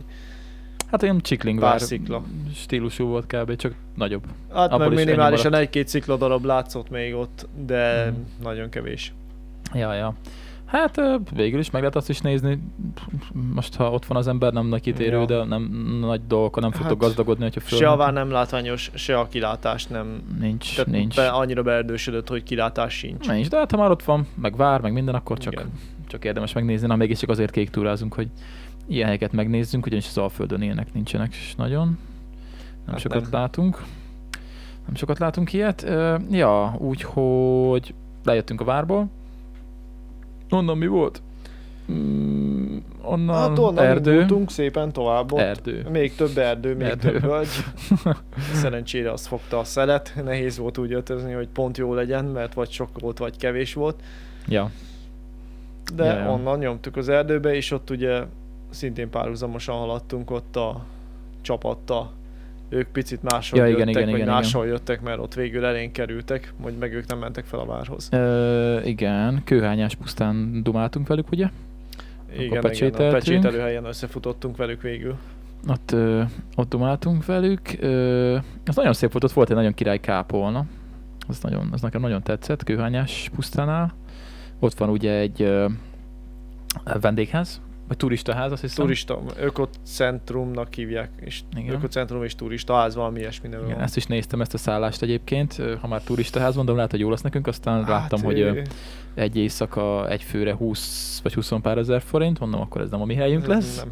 [SPEAKER 1] Hát olyan csiklingvár
[SPEAKER 2] Várszikla.
[SPEAKER 1] stílusú volt kb. csak nagyobb.
[SPEAKER 2] hát
[SPEAKER 1] Abból
[SPEAKER 2] meg
[SPEAKER 1] is ennyi
[SPEAKER 2] minimálisan
[SPEAKER 1] maradt.
[SPEAKER 2] egy-két szikladarab látszott még ott, de
[SPEAKER 1] Mhm.
[SPEAKER 2] nagyon kevés.
[SPEAKER 1] Ja, ja. Hát ö, végül is meg lehet azt is nézni, most ha ott van az ember, nem nagy kitérő,
[SPEAKER 2] Ja.
[SPEAKER 1] ja. de nem nagy dolgokkal nem
[SPEAKER 2] Hát,
[SPEAKER 1] fogtok gazdagodni, hogyha föl.
[SPEAKER 2] Se a vár nem látványos, se a kilátás nem,
[SPEAKER 1] Nincs,
[SPEAKER 2] tehát
[SPEAKER 1] nincs.
[SPEAKER 2] Be, annyira beerdősödött, hogy kilátás sincs.
[SPEAKER 1] Nincs, de hát ha már ott van, meg vár, meg minden, akkor csak,
[SPEAKER 2] Igen.
[SPEAKER 1] csak érdemes megnézni. Na, mégiscsak azért kék túrázunk, hogy ilyen helyeket megnézzünk, ugyanis az Alföldön ilyenek nincsenek s nagyon. Nem
[SPEAKER 2] Hát
[SPEAKER 1] hát sokat
[SPEAKER 2] nem.
[SPEAKER 1] nem. látunk. Nem sokat látunk ilyet. Ö, ja, úgyhogy lejöttünk a várból. Onnan mi volt? Mm, onnan,
[SPEAKER 2] Hát onnan
[SPEAKER 1] erdő.
[SPEAKER 2] indultunk szépen tovább ott.
[SPEAKER 1] Erdő.
[SPEAKER 2] Még több erdő, még
[SPEAKER 1] Erdő.
[SPEAKER 2] több völgy. Szerencsére azt fogta a szelet. Nehéz volt úgy ötözni, hogy pont jó legyen, mert vagy sok volt, vagy kevés volt.
[SPEAKER 1] Ja,
[SPEAKER 2] De
[SPEAKER 1] Ja, ja.
[SPEAKER 2] onnan nyomtuk az erdőbe, és ott ugye szintén párhuzamosan haladtunk ott a csapatta. Ők picit máshol
[SPEAKER 1] Ja, igen,
[SPEAKER 2] jöttek,
[SPEAKER 1] igen,
[SPEAKER 2] vagy
[SPEAKER 1] igen, igen.
[SPEAKER 2] máshol jöttek, mert ott végül elénk kerültek, hogy meg ők nem mentek fel a várhoz.
[SPEAKER 1] Ö, igen, kőhányás pusztán dumáltunk velük, ugye?
[SPEAKER 2] Igen, igen, a
[SPEAKER 1] pecsételtünk.
[SPEAKER 2] pecsételőhelyen összefutottunk velük végül.
[SPEAKER 1] Ott, ö, ott dumáltunk velük. Ö, az nagyon szép volt, ott volt egy nagyon király kápolna. Az, nagyon, az nekem nagyon tetszett, kőhányás pusztánál. Ott van ugye egy ö, vendégház, vagy turistaház, azt hiszem.
[SPEAKER 2] Turista, ökocentrumnak hívják, és
[SPEAKER 1] Igen.
[SPEAKER 2] ökocentrum és turista ház, valami ilyesmi neve
[SPEAKER 1] Igen,
[SPEAKER 2] van.
[SPEAKER 1] ezt is néztem, ezt a szállást egyébként. Ö, Ha már turistaház mondom, lehet, hogy jó lesz nekünk. Aztán hát, láttam, hogy ö,
[SPEAKER 2] ő-
[SPEAKER 1] egy éjszaka egy főre 20 vagy 20 pár ezer forint. Mondom, akkor ez nem a mi helyünk lesz.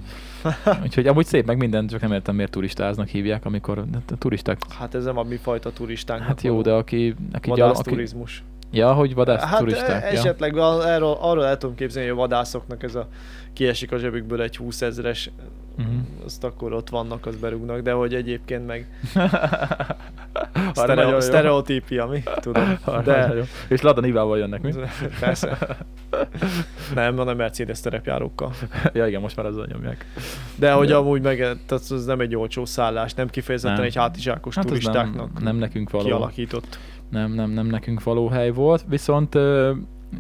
[SPEAKER 2] Nem.
[SPEAKER 1] Úgyhogy amúgy szép meg minden, csak nem értem, miért turistáznak hívják, amikor a turisták...
[SPEAKER 2] Hát ez nem a mi fajta turistánk.
[SPEAKER 1] Hát jó, de aki, aki, gyal,
[SPEAKER 2] vadász
[SPEAKER 1] aki,
[SPEAKER 2] turizmus.
[SPEAKER 1] Ja, hogy vadász
[SPEAKER 2] Hát
[SPEAKER 1] turisták.
[SPEAKER 2] e-
[SPEAKER 1] ja.
[SPEAKER 2] esetleg ja. arról, arról el tudom képzelni, hogy a vadászoknak ez a kiesik a zsebükből egy 20 ezres, mm,
[SPEAKER 1] Mhm.
[SPEAKER 2] azt akkor ott vannak, azt berúgnak, de hogy egyébként meg
[SPEAKER 1] Arra nagyon
[SPEAKER 2] sztereo-
[SPEAKER 1] jó.
[SPEAKER 2] sztereotípia, mi? Tudom.
[SPEAKER 1] Arra nagyon
[SPEAKER 2] De
[SPEAKER 1] jó. És Lada Nivával jönnek, mi?
[SPEAKER 2] Persze. Nem, hanem Mercedes terepjárókkal.
[SPEAKER 1] ja igen, most már azzal nyomják.
[SPEAKER 2] De hogy
[SPEAKER 1] De-
[SPEAKER 2] amúgy meg, tehát az nem egy olcsó szállás, nem kifejezetten
[SPEAKER 1] Nem.
[SPEAKER 2] egy hátizsákos
[SPEAKER 1] Hát az nem,
[SPEAKER 2] turistáknak
[SPEAKER 1] nem nekünk való.
[SPEAKER 2] kialakított.
[SPEAKER 1] Nem, nem, nem nekünk való hely volt. Viszont ö,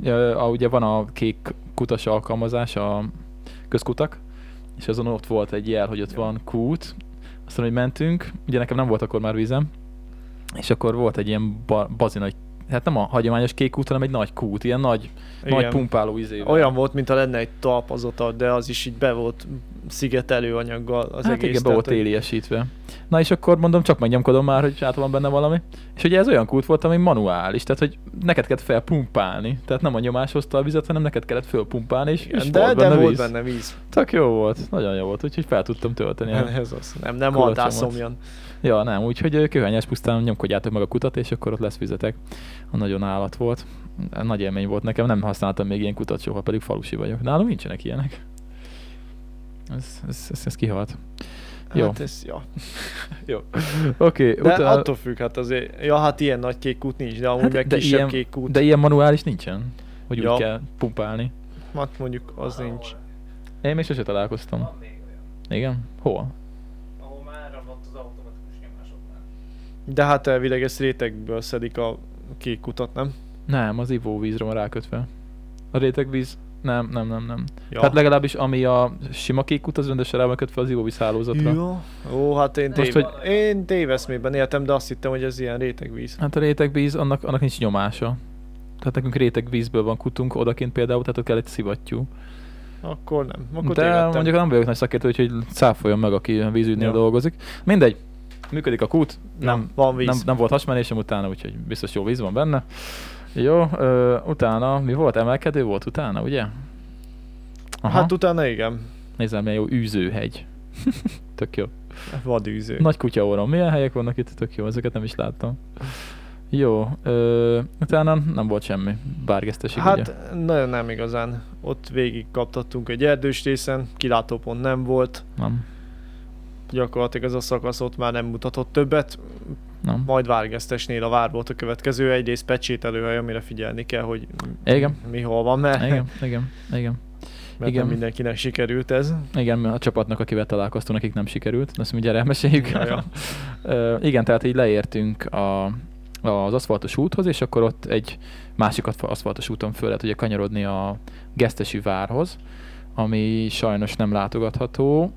[SPEAKER 1] ö, a, ugye van a kék kutas alkalmazás, a közkutak, és azon ott volt egy jel, hogy ott
[SPEAKER 2] Ja.
[SPEAKER 1] van kút. Aztán, hogy mentünk, ugye nekem nem volt akkor már vízem, és akkor volt egy ilyen ba, bazi nagy, hát nem a hagyományos kék kút, hanem egy nagy kút, ilyen nagy, nagy
[SPEAKER 2] Igen.
[SPEAKER 1] pumpáló izé izével.
[SPEAKER 2] Olyan volt, mintha lenne egy talpazata, de az is így be volt szigetelő anyaggal az
[SPEAKER 1] hát
[SPEAKER 2] egész.
[SPEAKER 1] igen, be volt
[SPEAKER 2] tehát, hogy-
[SPEAKER 1] éliesítve. Na és akkor mondom, csak megnyomkodom már, hogy hát van benne valami. És ugye ez olyan kút volt, ami manuális, tehát hogy neked kellett felpumpálni. Tehát nem a nyomás hozta a vizet, hanem neked kellett felpumpálni, és, és
[SPEAKER 2] Igen, de,
[SPEAKER 1] volt
[SPEAKER 2] de
[SPEAKER 1] benne
[SPEAKER 2] volt
[SPEAKER 1] víz.
[SPEAKER 2] benne víz.
[SPEAKER 1] Tök jó volt, nagyon jó volt, úgyhogy fel tudtam tölteni. a-
[SPEAKER 2] Ez az. Nem, nem
[SPEAKER 1] Kulacsomot.
[SPEAKER 2] haltál szomjan.
[SPEAKER 1] ja, nem, úgyhogy ö, kőhányás pusztán nyomkodjátok meg a kutat, és akkor ott lesz vizetek. A nagyon állat volt. Nagy élmény volt nekem, nem használtam még ilyen kutat soha, pedig falusi vagyok. Nálunk nincsenek ilyenek. Ez, ez, ez, ez kihalt. Jó.
[SPEAKER 2] Hát ez, ja.
[SPEAKER 1] Oké, okay,
[SPEAKER 2] De attól függ, hát azért, ja, hát ilyen nagy kék út nincs, de amúgy
[SPEAKER 1] Hát
[SPEAKER 2] meg
[SPEAKER 1] de
[SPEAKER 2] kisebb
[SPEAKER 1] ilyen-
[SPEAKER 2] kék út,
[SPEAKER 1] De ilyen manuális nincsen? Hogy
[SPEAKER 2] Ja.
[SPEAKER 1] úgy kell pumpálni.
[SPEAKER 2] hát mondjuk az
[SPEAKER 3] Valahol.
[SPEAKER 2] nincs.
[SPEAKER 1] Én még sose találkoztam.
[SPEAKER 3] Van még olyan,
[SPEAKER 1] Igen? Hol?
[SPEAKER 3] ahol már elromlott az automatikus nyomásoknál.
[SPEAKER 2] De hát elvileg ezt rétegből szedik a kék utat, nem?
[SPEAKER 1] Nem, az ivóvízre van rákötve. A rétegvíz... Nem, nem, nem, nem.
[SPEAKER 2] Ja.
[SPEAKER 1] Hát legalábbis ami a sima kék út, az rendesen rá van kötve az ivóvíz hálózatra.
[SPEAKER 2] Jó. Ó, hát én, tév...
[SPEAKER 1] Most,
[SPEAKER 2] hogy...
[SPEAKER 3] hogy-
[SPEAKER 2] én téveszmében éltem, de azt hittem, hogy ez ilyen rétegvíz.
[SPEAKER 1] Hát a rétegvíz, annak, annak nincs nyomása. Tehát nekünk rétegvízből van kutunk, odakint például, tehát ott kell egy szivattyú.
[SPEAKER 2] Akkor nem. Akkor
[SPEAKER 1] De
[SPEAKER 2] tévedtem.
[SPEAKER 1] mondjuk nem vagyok nagy szakértő, úgyhogy cáfoljon meg, aki a vízügynél
[SPEAKER 2] Ja.
[SPEAKER 1] dolgozik. Mindegy, működik a kút,
[SPEAKER 2] Ja,
[SPEAKER 1] nem,
[SPEAKER 2] van víz.
[SPEAKER 1] Nem, nem volt hasmenésem utána, úgyhogy biztos jó víz van benne. Jó, ö, utána mi volt? Emelkedő volt utána, ugye? Aha,
[SPEAKER 2] Hát
[SPEAKER 1] hát,
[SPEAKER 2] utána igen.
[SPEAKER 1] nézzem, milyen jó űzőhegy. tök jó.
[SPEAKER 2] Vadűző.
[SPEAKER 1] Nagy kutya orom. Milyen helyek vannak itt? Tök jó, ezeket nem is láttam. Jó, ö, utána nem volt semmi bárgeszteség,
[SPEAKER 2] hát
[SPEAKER 1] ugye?
[SPEAKER 2] nagyon nem igazán. Ott végig kaptattunk egy erdős részen, kilátópont nem volt.
[SPEAKER 1] Nem.
[SPEAKER 2] Gyakorlatilag ez a szakasz ott már nem mutatott többet.
[SPEAKER 1] Nem.
[SPEAKER 2] Majd Várgesztesnél a vár volt a következő, egyrészt pecsételőhely, amire figyelni kell, hogy m-
[SPEAKER 1] Igen.
[SPEAKER 2] mi hol van, mert,
[SPEAKER 1] Igen, igen, igen.
[SPEAKER 2] mert
[SPEAKER 1] igen.
[SPEAKER 2] nem mindenkinek sikerült ez.
[SPEAKER 1] Igen, a csapatnak, akivel találkoztunk, nekik nem sikerült. Azt mondjuk, gyere, elmeséljük.
[SPEAKER 2] Ja, ja.
[SPEAKER 1] Ö, igen, tehát így leértünk a, az aszfaltos úthoz, és akkor ott egy másik aszf- aszfaltos úton föl lehet ugye kanyarodni a Gesztesi várhoz, ami sajnos nem látogatható,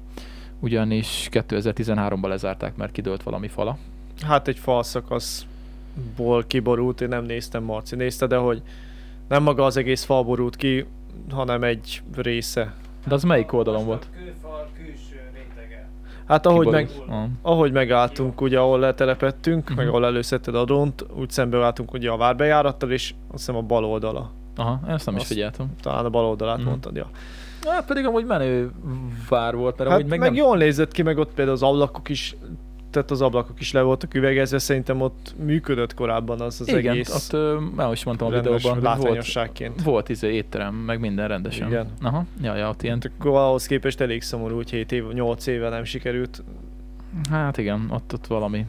[SPEAKER 1] ugyanis 2013-ban lezárták, mert kidőlt valami fala.
[SPEAKER 2] Hát egy falszakaszból kiborult, én nem néztem, Marci nézte, de hogy nem maga az egész fal borult ki, hanem egy része.
[SPEAKER 1] De az melyik oldalon volt?
[SPEAKER 3] A kőfal külső rétege.
[SPEAKER 2] Hát ahogy, meg,
[SPEAKER 1] Kiborult. Mhm. Ah.
[SPEAKER 2] ahogy megálltunk, ugye ahol letelepettünk, meg ahol előszedted a dront, úgy szembe álltunk ugye a várbejárattal, és azt hiszem a bal oldala.
[SPEAKER 1] Ah, Aha, ezt nem is
[SPEAKER 2] Azt-
[SPEAKER 1] figyeltem.
[SPEAKER 2] Talán a bal oldalát
[SPEAKER 1] Mhm.
[SPEAKER 2] mondtad, ja.
[SPEAKER 1] Hát pedig amúgy menő vár volt, mert
[SPEAKER 2] Hát
[SPEAKER 1] amúgy
[SPEAKER 2] meg,
[SPEAKER 1] meg,
[SPEAKER 2] meg
[SPEAKER 1] nem...
[SPEAKER 2] jól nézett ki, meg ott például az ablakok is, tehát az ablakok is le voltak üvegezve, szerintem ott működött korábban az az
[SPEAKER 1] Igen,
[SPEAKER 2] egész
[SPEAKER 1] ott ö, el is mondtam a
[SPEAKER 2] rendes
[SPEAKER 1] videóban, hogy volt,
[SPEAKER 2] látványosságként.
[SPEAKER 1] Volt izé étterem, meg minden rendesen.
[SPEAKER 2] Igen.
[SPEAKER 1] Aha, ja, ja, ott ilyen,
[SPEAKER 2] Hát akkor ahhoz képest elég szomorú, hogy 7 év, 8 éve nem sikerült.
[SPEAKER 1] hát igen, ott, ott valami,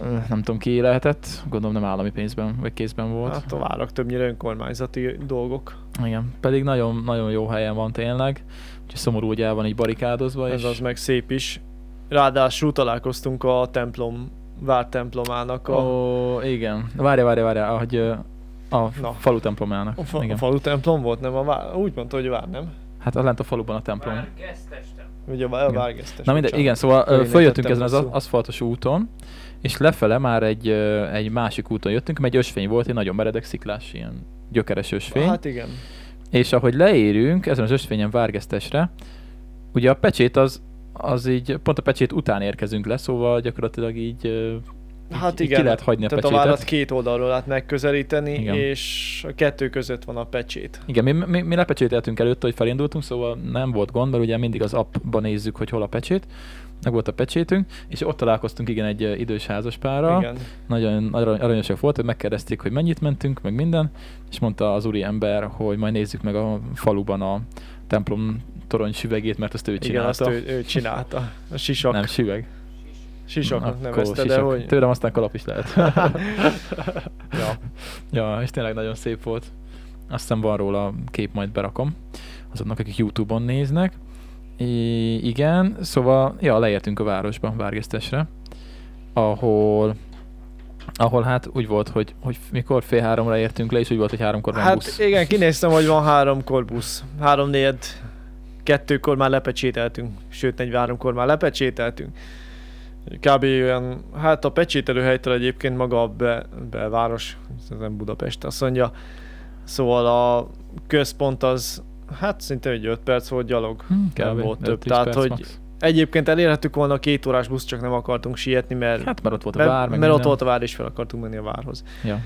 [SPEAKER 1] ö, nem tudom ki lehetett, gondolom nem állami pénzben, vagy kézben volt.
[SPEAKER 2] Volt. Hát a várak többnyire önkormányzati dolgok.
[SPEAKER 1] Igen, pedig nagyon, nagyon jó helyen van tényleg, úgyhogy szomorú, hogy el van így barikádozva,
[SPEAKER 2] Ez
[SPEAKER 1] és
[SPEAKER 2] az meg szép is. Ráadásul találkoztunk a templom, vár templomának a, oh,
[SPEAKER 1] Ó, igen. Várja, várja, várja, ahogy ö, a
[SPEAKER 2] Na.
[SPEAKER 1] Na. falu templomának.
[SPEAKER 2] a, fa, a
[SPEAKER 1] Oh, igen.
[SPEAKER 2] falu templom volt, nem a vár, úgy mondta, hogy a vár, nem?
[SPEAKER 1] Hát az lent a faluban a templom.
[SPEAKER 3] Már gesztestem.
[SPEAKER 2] Ugye a vár, a
[SPEAKER 1] Igen.
[SPEAKER 2] várgesztes.
[SPEAKER 1] Na mindegy,
[SPEAKER 2] bocsánat.
[SPEAKER 1] igen, szóval ö,
[SPEAKER 2] Elég
[SPEAKER 1] följöttünk
[SPEAKER 2] értettem
[SPEAKER 1] ezen az
[SPEAKER 2] rosszul.
[SPEAKER 1] aszfaltos úton, és lefele már egy, ö, egy másik úton jöttünk, mert egy ösvény volt, egy nagyon meredek sziklás, ilyen gyökeres ösvény. Hát.
[SPEAKER 2] Hát igen.
[SPEAKER 1] És ahogy leérünk ezen az ösvényen Várgesztesre, ugye a pecsét az, az így, pont a pecsét után érkezünk le, szóval gyakorlatilag így, ö,
[SPEAKER 2] Hát
[SPEAKER 1] így
[SPEAKER 2] igen.
[SPEAKER 1] ki lehet hagyni a
[SPEAKER 2] Tehát a
[SPEAKER 1] pecsétet.
[SPEAKER 2] várat két oldalról lehet megközelíteni, igen.
[SPEAKER 1] Igen.
[SPEAKER 2] és a kettő között van a pecsét.
[SPEAKER 1] Igen, mi, mi, mi lepecsételtünk előtt, hogy felindultunk, szóval nem volt gond, mert ugye mindig az appban nézzük, hogy hol a pecsét. Meg volt a pecsétünk, és ott találkoztunk igen egy ö, idős házas párral.
[SPEAKER 2] Igen.
[SPEAKER 1] nagyon arany- aranyosak volt, hogy megkérdezték, hogy mennyit mentünk, meg minden, és mondta az úri ember, hogy majd nézzük meg a faluban a templom torony süvegét, mert azt ő
[SPEAKER 2] Igen, azt
[SPEAKER 1] csinálta.
[SPEAKER 2] ő, ő csinálta. A sisak.
[SPEAKER 1] Nem süveg.
[SPEAKER 2] Sisaknak
[SPEAKER 1] Akkor
[SPEAKER 2] nevezte, de
[SPEAKER 1] sisak.
[SPEAKER 2] hogy...
[SPEAKER 1] Tőlem aztán kalap is lehet.
[SPEAKER 2] ja.
[SPEAKER 1] ja, és tényleg nagyon szép volt. Azt hiszem van róla kép, majd berakom azoknak, akik Youtube-on néznek. I- igen, szóval, ja, leértünk a városba, Várgesztesre, ahol ahol hát úgy volt, hogy, hogy mikor fél háromra értünk le, és úgy volt, hogy háromkor van
[SPEAKER 2] Hát
[SPEAKER 1] busz.
[SPEAKER 2] igen, kinéztem, hogy van háromkor busz. Három négyed, kettőkor már lepecsételtünk, sőt 43-kor már lepecsételtünk. Kb. olyan, hát a pecsételőhelytől egyébként maga a be, belváros, ez nem Budapest, azt mondja. Szóval a központ az, hát szinte egy 5 perc volt gyalog.
[SPEAKER 1] Hm,
[SPEAKER 2] nem
[SPEAKER 1] kb.
[SPEAKER 2] volt
[SPEAKER 1] öt-tíz
[SPEAKER 2] több, tehát
[SPEAKER 1] perc
[SPEAKER 2] hogy-
[SPEAKER 1] max.
[SPEAKER 2] Egyébként elérhettük volna a két órás busz, csak nem akartunk sietni, mert,
[SPEAKER 1] Hát mert ott volt a
[SPEAKER 2] mert,
[SPEAKER 1] vár, meg
[SPEAKER 2] mert ott
[SPEAKER 1] minden.
[SPEAKER 2] volt a vár, és fel akartunk menni a várhoz.
[SPEAKER 1] Ja.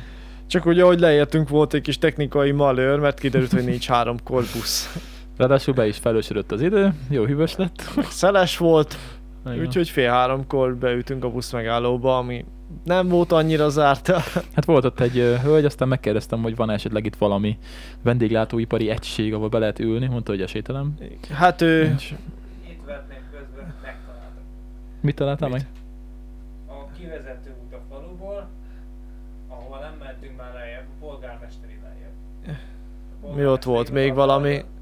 [SPEAKER 2] Csak ugye, ahogy leértünk, volt egy kis technikai malőr, mert kiderült, hogy nincs három busz.
[SPEAKER 1] Ráadásul be is felősödött az idő, jó hűvös lett.
[SPEAKER 2] Szeles volt,
[SPEAKER 1] Igen.
[SPEAKER 2] úgyhogy fél háromkor beütünk a busz megállóba, ami nem volt annyira zárt.
[SPEAKER 1] Hát volt ott egy ö, hölgy, aztán megkérdeztem, hogy van esetleg itt valami vendéglátóipari egység, ahol be lehet ülni, mondta, hogy esélytelen.
[SPEAKER 2] Hát ő...
[SPEAKER 1] És
[SPEAKER 3] Itt vetném közben, megtaláltam.
[SPEAKER 1] mit találtál meg?
[SPEAKER 3] A kivezető út a faluból, ahova nem mentünk már lejjebb, a polgármesteri lejjebb. A polgármesteri
[SPEAKER 2] ott volt?
[SPEAKER 3] van a
[SPEAKER 2] Még valami-
[SPEAKER 3] falu,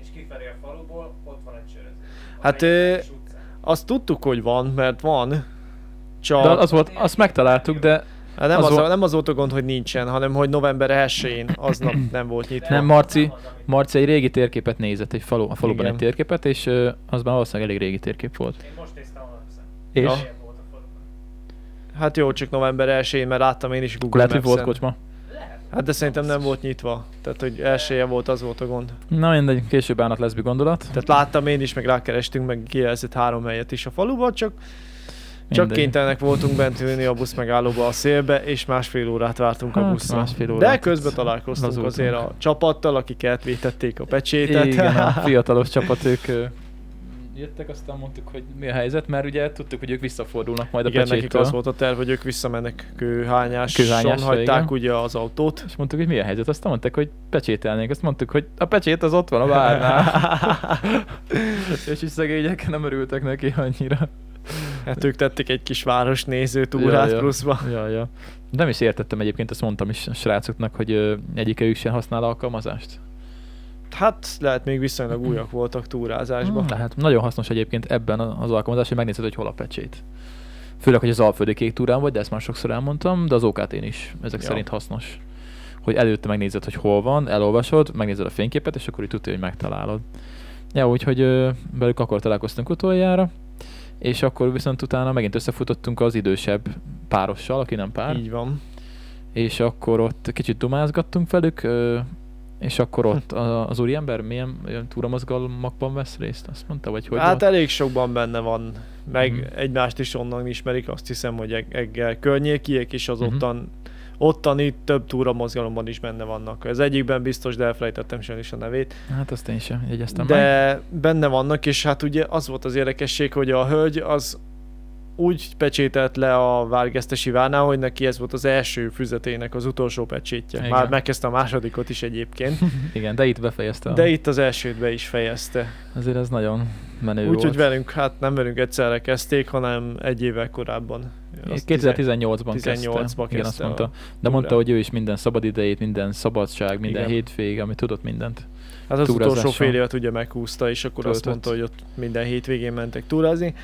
[SPEAKER 3] És kifelé a faluból, ott van egy söröző. A
[SPEAKER 2] Hát,
[SPEAKER 3] negyedik
[SPEAKER 2] ö,
[SPEAKER 3] es utcán.
[SPEAKER 2] Azt tudtuk, hogy van, mert van. Csak
[SPEAKER 1] De az volt, azt megtaláltuk, de
[SPEAKER 2] Hát nem,
[SPEAKER 1] az
[SPEAKER 2] az,
[SPEAKER 1] volt-
[SPEAKER 2] nem az volt a gond, hogy nincsen, hanem hogy november 1-én aznap nem volt
[SPEAKER 3] De
[SPEAKER 2] nyitva.
[SPEAKER 1] nem,
[SPEAKER 3] az
[SPEAKER 1] Marci,
[SPEAKER 3] az, amit-
[SPEAKER 1] Marci egy régi térképet nézett, egy falu, a faluban
[SPEAKER 2] Igen.
[SPEAKER 1] egy térképet, és ö, az már valószínűleg elég régi térkép volt.
[SPEAKER 3] Én most néztem a napszem.
[SPEAKER 1] És?
[SPEAKER 2] Ja.
[SPEAKER 3] Lejjebb volt a faluban.
[SPEAKER 2] Hát jó, csak november 1-én, mert láttam én is Google
[SPEAKER 1] Akkor lehet, hogy volt
[SPEAKER 2] Maps-en.
[SPEAKER 1] kocsma.
[SPEAKER 3] Lehet.
[SPEAKER 2] Hát de szerintem nem volt nyitva. Tehát, hogy elsője volt, az volt a gond.
[SPEAKER 1] Na mindegy, később állnak leszbi gondolat.
[SPEAKER 2] Tehát láttam én is, meg rákerestünk, meg kijelzett három helyet is a faluban, csak, csak
[SPEAKER 1] Mindegy.
[SPEAKER 2] kénytelenek voltunk bent ülni a busz megállóba a szélbe, és másfél órát vártunk a
[SPEAKER 1] Hát,
[SPEAKER 2] buszra.
[SPEAKER 1] másfél
[SPEAKER 2] De
[SPEAKER 1] órát
[SPEAKER 2] közben találkoztunk
[SPEAKER 1] lazultunk.
[SPEAKER 2] azért a csapattal, akik eltvétették a pecsétet.
[SPEAKER 1] Igen, a fiatalos csapat, ők ö, jöttek, aztán mondtuk, hogy mi a helyzet, mert ugye tudtuk, hogy ők visszafordulnak majd a
[SPEAKER 2] Igen, nekik
[SPEAKER 1] pecséttől.
[SPEAKER 2] az volt a terv, hogy ők visszamennek kőhányáson,
[SPEAKER 1] Kőhányásra,
[SPEAKER 2] hagyták
[SPEAKER 1] igen.
[SPEAKER 2] ugye az autót.
[SPEAKER 1] És mondtuk, hogy mi a helyzet, aztán mondták, hogy pecsételnénk, azt mondtuk, hogy a pecsét az ott van a várnál. és is szegények nem örültek neki annyira.
[SPEAKER 2] Hát ők tették egy kis város néző túrát
[SPEAKER 1] ja.
[SPEAKER 2] pluszba.
[SPEAKER 1] Ja, ja. Nem is értettem egyébként, ezt mondtam is a srácoknak, hogy ö, egyikejük sem használ alkalmazást.
[SPEAKER 2] Hát lehet még viszonylag újak voltak túrázásban.
[SPEAKER 1] Hmm, Hát nagyon hasznos egyébként ebben az alkalmazás, hogy megnézed, hogy hol a pecsét. Főleg, hogy az Alföldi kék túrán vagy, de ezt már sokszor elmondtam, de az okt is ezek
[SPEAKER 2] Ja.
[SPEAKER 1] ja. szerint hasznos. Hogy előtte megnézed, hogy hol van, elolvasod, megnézed a fényképet, és akkor így tudja, hogy megtalálod. Ja, úgyhogy ö, velük akkor találkoztunk utoljára, és akkor viszont utána megint összefutottunk az idősebb párossal, aki nem pár,
[SPEAKER 2] Így van.
[SPEAKER 1] és akkor ott kicsit dumázgattunk velük, ö, és akkor ott a- az úriember milyen ilyen túramozgalmakban vesz részt? Azt mondta, vagy hogy
[SPEAKER 2] hát
[SPEAKER 1] volt?
[SPEAKER 2] elég sokban benne van, meg
[SPEAKER 1] Mhm.
[SPEAKER 2] egymást is onnan ismerik, azt hiszem, hogy Eg- Eggel környékiek is az
[SPEAKER 1] Mhm.
[SPEAKER 2] ottan, ottani több túramozgalomban is benne vannak. Az egyikben biztos, de elfelejtettem sajnos a nevét.
[SPEAKER 1] Hát azt én sem jegyeztem de... meg.
[SPEAKER 2] De benne vannak, és hát ugye az volt az érdekesség, hogy a hölgy az úgy pecsételt le a Várgesztesi várnál, hogy neki ez volt az első füzetének az utolsó pecsétje.
[SPEAKER 1] Igen.
[SPEAKER 2] Már megkezdte a másodikot is egyébként,
[SPEAKER 1] Igen, de itt befejezte.
[SPEAKER 2] de itt az elsőt be is fejezte.
[SPEAKER 1] Azért ez nagyon menő
[SPEAKER 2] Úgyhogy
[SPEAKER 1] volt.
[SPEAKER 2] velünk, hát nem velünk egyszerre kezdték, hanem egy évvel korábban. Azt 18-ban
[SPEAKER 1] 2018-ban kezdte. Igen, azt
[SPEAKER 2] kezdte a
[SPEAKER 1] mondta. De
[SPEAKER 2] túrát.
[SPEAKER 1] mondta, hogy ő is minden szabadidejét, minden szabadság, minden
[SPEAKER 2] Igen.
[SPEAKER 1] Igen. hétvég, ami tudott mindent.
[SPEAKER 2] tizen- Hát az
[SPEAKER 1] túrázással.
[SPEAKER 2] utolsó fél évet ugye meghúzta, és akkor azt
[SPEAKER 1] Töltött.
[SPEAKER 2] mondta, hogy ott minden hétvégén mentek túrázni,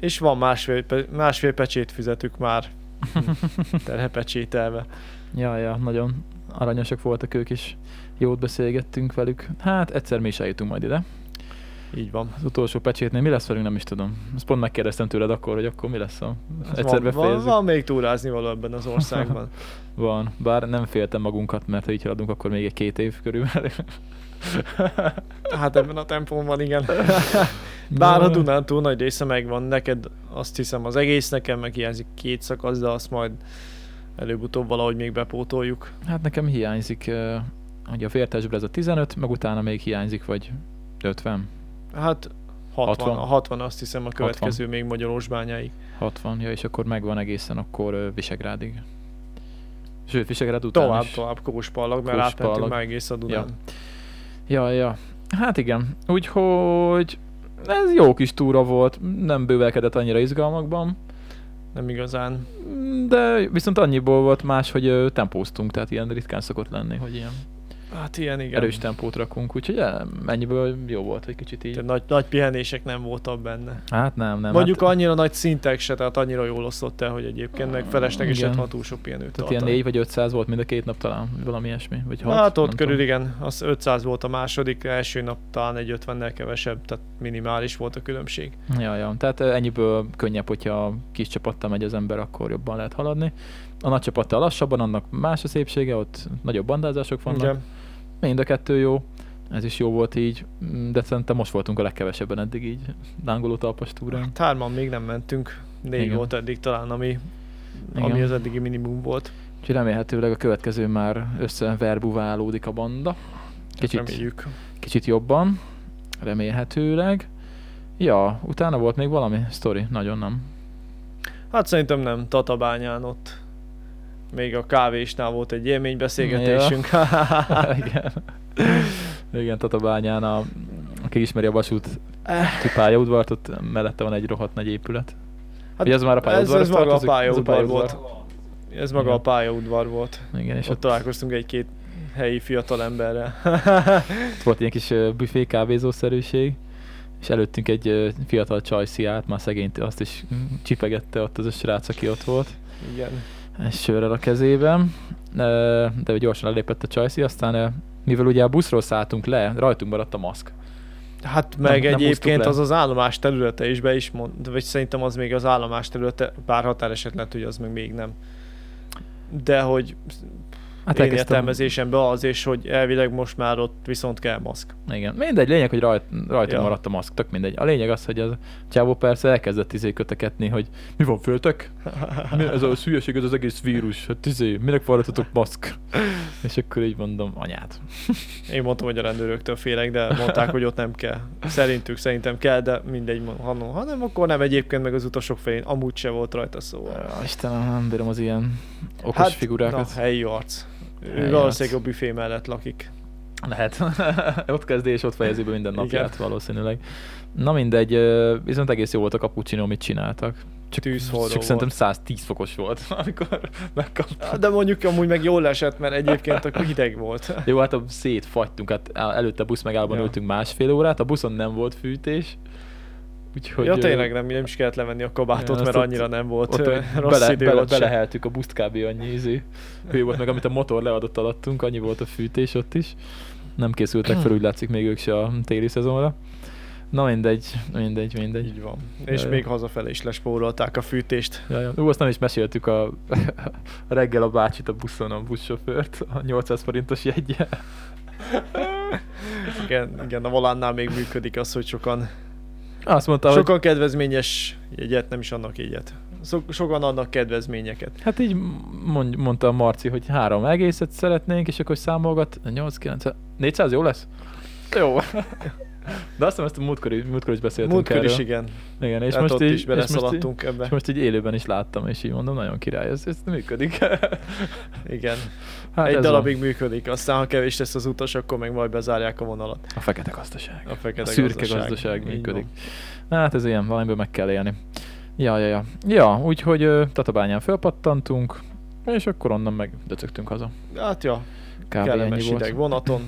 [SPEAKER 2] és van másfél, pe- másfél pecsét fizetük már terhepecsételve.
[SPEAKER 1] Ja, ja, nagyon aranyosak voltak ők is. Jót beszélgettünk velük. Hát egyszer mi is eljutunk majd ide.
[SPEAKER 2] Így van.
[SPEAKER 1] Az utolsó pecsétnél mi lesz velünk, nem is tudom. Ezt pont megkérdeztem tőled akkor, hogy akkor mi lesz. A...
[SPEAKER 2] Hát
[SPEAKER 1] Egyszer
[SPEAKER 2] van, van,
[SPEAKER 1] befejezzük.
[SPEAKER 2] van még túrázni való ebben az országban.
[SPEAKER 1] Van, bár nem féltem magunkat, mert ha így haladunk, akkor még egy két év körülbelül.
[SPEAKER 2] Hát ebben a tempóban igen. Bár
[SPEAKER 1] Na.
[SPEAKER 2] a Dunántúl nagy része megvan, neked azt hiszem az egész, nekem meg hiányzik két szakasz, de azt majd előbb-utóbb valahogy még bepótoljuk.
[SPEAKER 1] Hát nekem hiányzik, ö, ugye a vértesből ez a 15, meg utána még hiányzik, vagy 50,
[SPEAKER 2] Hát 60,
[SPEAKER 1] 60.
[SPEAKER 2] a 60 azt hiszem a következő még Magyarósbányáig.
[SPEAKER 1] 60, ja, és akkor megvan egészen akkor ö, Visegrádig. Sőt, Visegrád után
[SPEAKER 2] Tovább,
[SPEAKER 1] is.
[SPEAKER 2] tovább Kóspallag, mert
[SPEAKER 1] Kóspallag.
[SPEAKER 2] átmentünk már egész a Dunán.
[SPEAKER 1] Ja, ja. Hát igen, úgyhogy ez jó kis túra volt, nem bővelkedett annyira izgalmakban,
[SPEAKER 2] Nem igazán.
[SPEAKER 1] de viszont annyiból volt más, hogy ö, tempóztunk, tehát ilyen ritkán szokott lenni, hogy ilyen
[SPEAKER 2] Hát ilyen igen.
[SPEAKER 1] igen. erős tempót rakunk, úgyhogy eh, ennyiből jó volt, hogy kicsit így.
[SPEAKER 2] Tehát nagy, nagy pihenések nem voltak benne.
[SPEAKER 1] Hát nem, nem.
[SPEAKER 2] Mondjuk
[SPEAKER 1] hát,
[SPEAKER 2] annyira nagy szintek se, tehát annyira jól osztott el, hogy egyébként meg felesleges
[SPEAKER 1] Igen.
[SPEAKER 2] lett, ha túl sok pihenőt
[SPEAKER 1] Tehát ilyen
[SPEAKER 2] tartani.
[SPEAKER 1] 4 vagy 500 volt mind a két nap talán, vagy valami ilyesmi. Vagy hat,
[SPEAKER 2] hát ott
[SPEAKER 1] nem
[SPEAKER 2] körül
[SPEAKER 1] tudom.
[SPEAKER 2] igen, az 500 volt a második, első nap talán egy 50-nel kevesebb, tehát minimális volt a különbség.
[SPEAKER 1] Ja, ja. Tehát eh, ennyiből könnyebb, hogyha kis csapattal megy az ember, akkor jobban lehet haladni. A nagy csapattal lassabban, annak más a szépsége, ott nagyobb bandázások vannak.
[SPEAKER 2] Igen.
[SPEAKER 1] Mind a kettő jó. Ez is jó volt így, mm, de szerintem most voltunk a legkevesebben eddig így lángoló talpas túrán.
[SPEAKER 2] Hát hárman még nem mentünk, négy
[SPEAKER 1] Igen.
[SPEAKER 2] volt eddig talán, ami,
[SPEAKER 1] Igen.
[SPEAKER 2] ami az eddigi minimum volt.
[SPEAKER 1] Úgyhogy remélhetőleg a következő már összeverbuválódik a banda.
[SPEAKER 2] Kicsit.
[SPEAKER 1] Kicsit,
[SPEAKER 2] Hát Reméljük.
[SPEAKER 1] kicsit jobban, remélhetőleg. Ja, utána volt még valami sztori, nagyon nem.
[SPEAKER 2] Hát szerintem nem, Tatabányán ott még a kávésnál volt egy élménybeszélgetésünk.
[SPEAKER 1] Igen. Igen, Tatabányán, a, aki ismeri a vasút
[SPEAKER 2] Eh.
[SPEAKER 1] pályaudvart, ott mellette van egy rohadt nagy épület.
[SPEAKER 2] Hát
[SPEAKER 1] Hát, Ugye ez már a
[SPEAKER 2] ez,
[SPEAKER 1] pályaudvar?
[SPEAKER 2] ez maga a pályaudvar
[SPEAKER 3] Ott
[SPEAKER 2] volt.
[SPEAKER 3] van.
[SPEAKER 2] Ez maga a
[SPEAKER 1] Igen.
[SPEAKER 2] pályaudvar volt.
[SPEAKER 1] Igen, és
[SPEAKER 2] És ott
[SPEAKER 1] ott,
[SPEAKER 2] találkoztunk egy-két helyi fiatal emberrel.
[SPEAKER 1] ott volt ilyen kis ö, büfé kávézószerűség, és előttünk egy ö, fiatal csajszi át, már szegényt azt is mm, csipegette ott az a srác, aki ott volt.
[SPEAKER 2] Igen.
[SPEAKER 1] egy sörrel a kezében, Ö, de gyorsan elépett a csajszi, aztán ö, mivel ugye a buszról szálltunk le, rajtunk maradt a maszk.
[SPEAKER 2] Hát
[SPEAKER 1] Nem-
[SPEAKER 2] meg
[SPEAKER 1] nem húztuk
[SPEAKER 2] egyébként
[SPEAKER 1] le.
[SPEAKER 2] az az állomás területe is be is mond, vagy szerintem az még az állomás területe, bár határeset lett, hogy az meg még nem. De hogy hát én értelmezésemben az és hogy elvileg most már ott viszont kell maszk.
[SPEAKER 1] Igen, mindegy, lényeg, hogy rajt, rajtunk
[SPEAKER 2] Ja.
[SPEAKER 1] ja. maradt a maszk, tök mindegy. A lényeg az, hogy az csávó persze elkezdett izé köteketni, hogy mi van föltök? Mi, ez a hülyeség, ez az egész vírus, hát izé, minek forratatok maszk? És akkor így mondom, anyát.
[SPEAKER 2] Én mondtam, hogy a rendőröktől félek, de mondták, hogy ott nem kell. Szerintük szerintem kell, de mindegy, ha, ha nem, akkor nem egyébként meg az utasok felén. Amúgy se volt rajta szó.
[SPEAKER 1] Á, Istenem, nem bírom az ilyen okos hát, figurákat.
[SPEAKER 2] Na, helyi arc. Ő
[SPEAKER 1] Helyi
[SPEAKER 2] valószínűleg
[SPEAKER 1] arc.
[SPEAKER 2] a büfé mellett lakik.
[SPEAKER 1] Lehet. ott kezdi és ott fejezi be minden
[SPEAKER 2] Igen.
[SPEAKER 1] napját valószínűleg. Na mindegy, ö, viszont egész jó volt a cappuccino, mit csináltak. Csak,
[SPEAKER 2] tűzholdó
[SPEAKER 1] csak
[SPEAKER 2] volt.
[SPEAKER 1] szerintem 110 fokos volt, amikor megkaptam.
[SPEAKER 2] De mondjuk amúgy meg jól esett, mert egyébként akkor hideg volt.
[SPEAKER 1] Jó, hát a szétfagytunk, hát á- előtte buszmegállóban
[SPEAKER 2] Ja.
[SPEAKER 1] ja. ültünk másfél órát, a buszon nem volt fűtés, úgyhogy...
[SPEAKER 2] Hogy ja,
[SPEAKER 1] ö,
[SPEAKER 2] tényleg nem, nem is kellett levenni a kabátot,
[SPEAKER 1] Ja,
[SPEAKER 2] mert
[SPEAKER 1] azt
[SPEAKER 2] annyira
[SPEAKER 1] ott-
[SPEAKER 2] nem volt
[SPEAKER 1] ott,
[SPEAKER 2] ö,
[SPEAKER 1] hogy
[SPEAKER 2] rossz
[SPEAKER 1] bele,
[SPEAKER 2] idő
[SPEAKER 1] bele,
[SPEAKER 2] ott se.
[SPEAKER 1] beleheltük a buszt kb. annyi ízé. Hő volt meg, amit a motor leadott alattunk, annyi volt a fűtés ott is. Nem készültek fel, úgy látszik még ők se a téli szezonra. Na mindegy, mindegy, mindegy.
[SPEAKER 2] Így van. És
[SPEAKER 1] Ja, ja.
[SPEAKER 2] még hazafelé is lespórolták a fűtést.
[SPEAKER 1] Ja, ja. Ú, azt nem is meséltük a, a reggel a bácsit a buszon, a buszsofőrt, a 800 forintos jegye.
[SPEAKER 2] Igen, igen, a volánnál még működik az, hogy sokan,
[SPEAKER 1] Azt mondta, hogy
[SPEAKER 2] sokan kedvezményes jegyet, nem is annak jegyet. So- sokan adnak kedvezményeket.
[SPEAKER 1] Hát így mond, mondta a Marci, hogy három egészet szeretnénk, és akkor számolgat, 8, 9, 400 jó lesz? Jó. De azt hiszem, ezt a múltkor, is- múltkor is beszéltünk
[SPEAKER 2] Múltkor
[SPEAKER 1] erről.
[SPEAKER 2] is igen.
[SPEAKER 1] Igen, és
[SPEAKER 2] Hát
[SPEAKER 1] most,
[SPEAKER 2] ott
[SPEAKER 1] így,
[SPEAKER 2] is
[SPEAKER 1] és, most így,
[SPEAKER 2] beleszaladtunk ebbe.
[SPEAKER 1] és most így élőben is láttam, és így mondom, nagyon király, ez, ez működik.
[SPEAKER 2] Igen.
[SPEAKER 1] Hát
[SPEAKER 2] Egy
[SPEAKER 1] ez
[SPEAKER 2] darabig
[SPEAKER 1] van.
[SPEAKER 2] működik, aztán ha kevés lesz az utas, akkor meg majd bezárják a vonalat.
[SPEAKER 1] A fekete gazdaság.
[SPEAKER 2] A fekete
[SPEAKER 1] a szürke
[SPEAKER 2] gazdaság.
[SPEAKER 1] gazdaság,
[SPEAKER 2] Így
[SPEAKER 1] működik. Hát ez ilyen, valamiből meg kell élni. Ja, ja, ja. Ja, úgyhogy ö, Tatabányán fölpattantunk, és akkor onnan meg döcögtünk haza.
[SPEAKER 2] Hát ja,
[SPEAKER 1] Kb. ennyi
[SPEAKER 2] kellemes hideg
[SPEAKER 1] volt.
[SPEAKER 2] vonaton,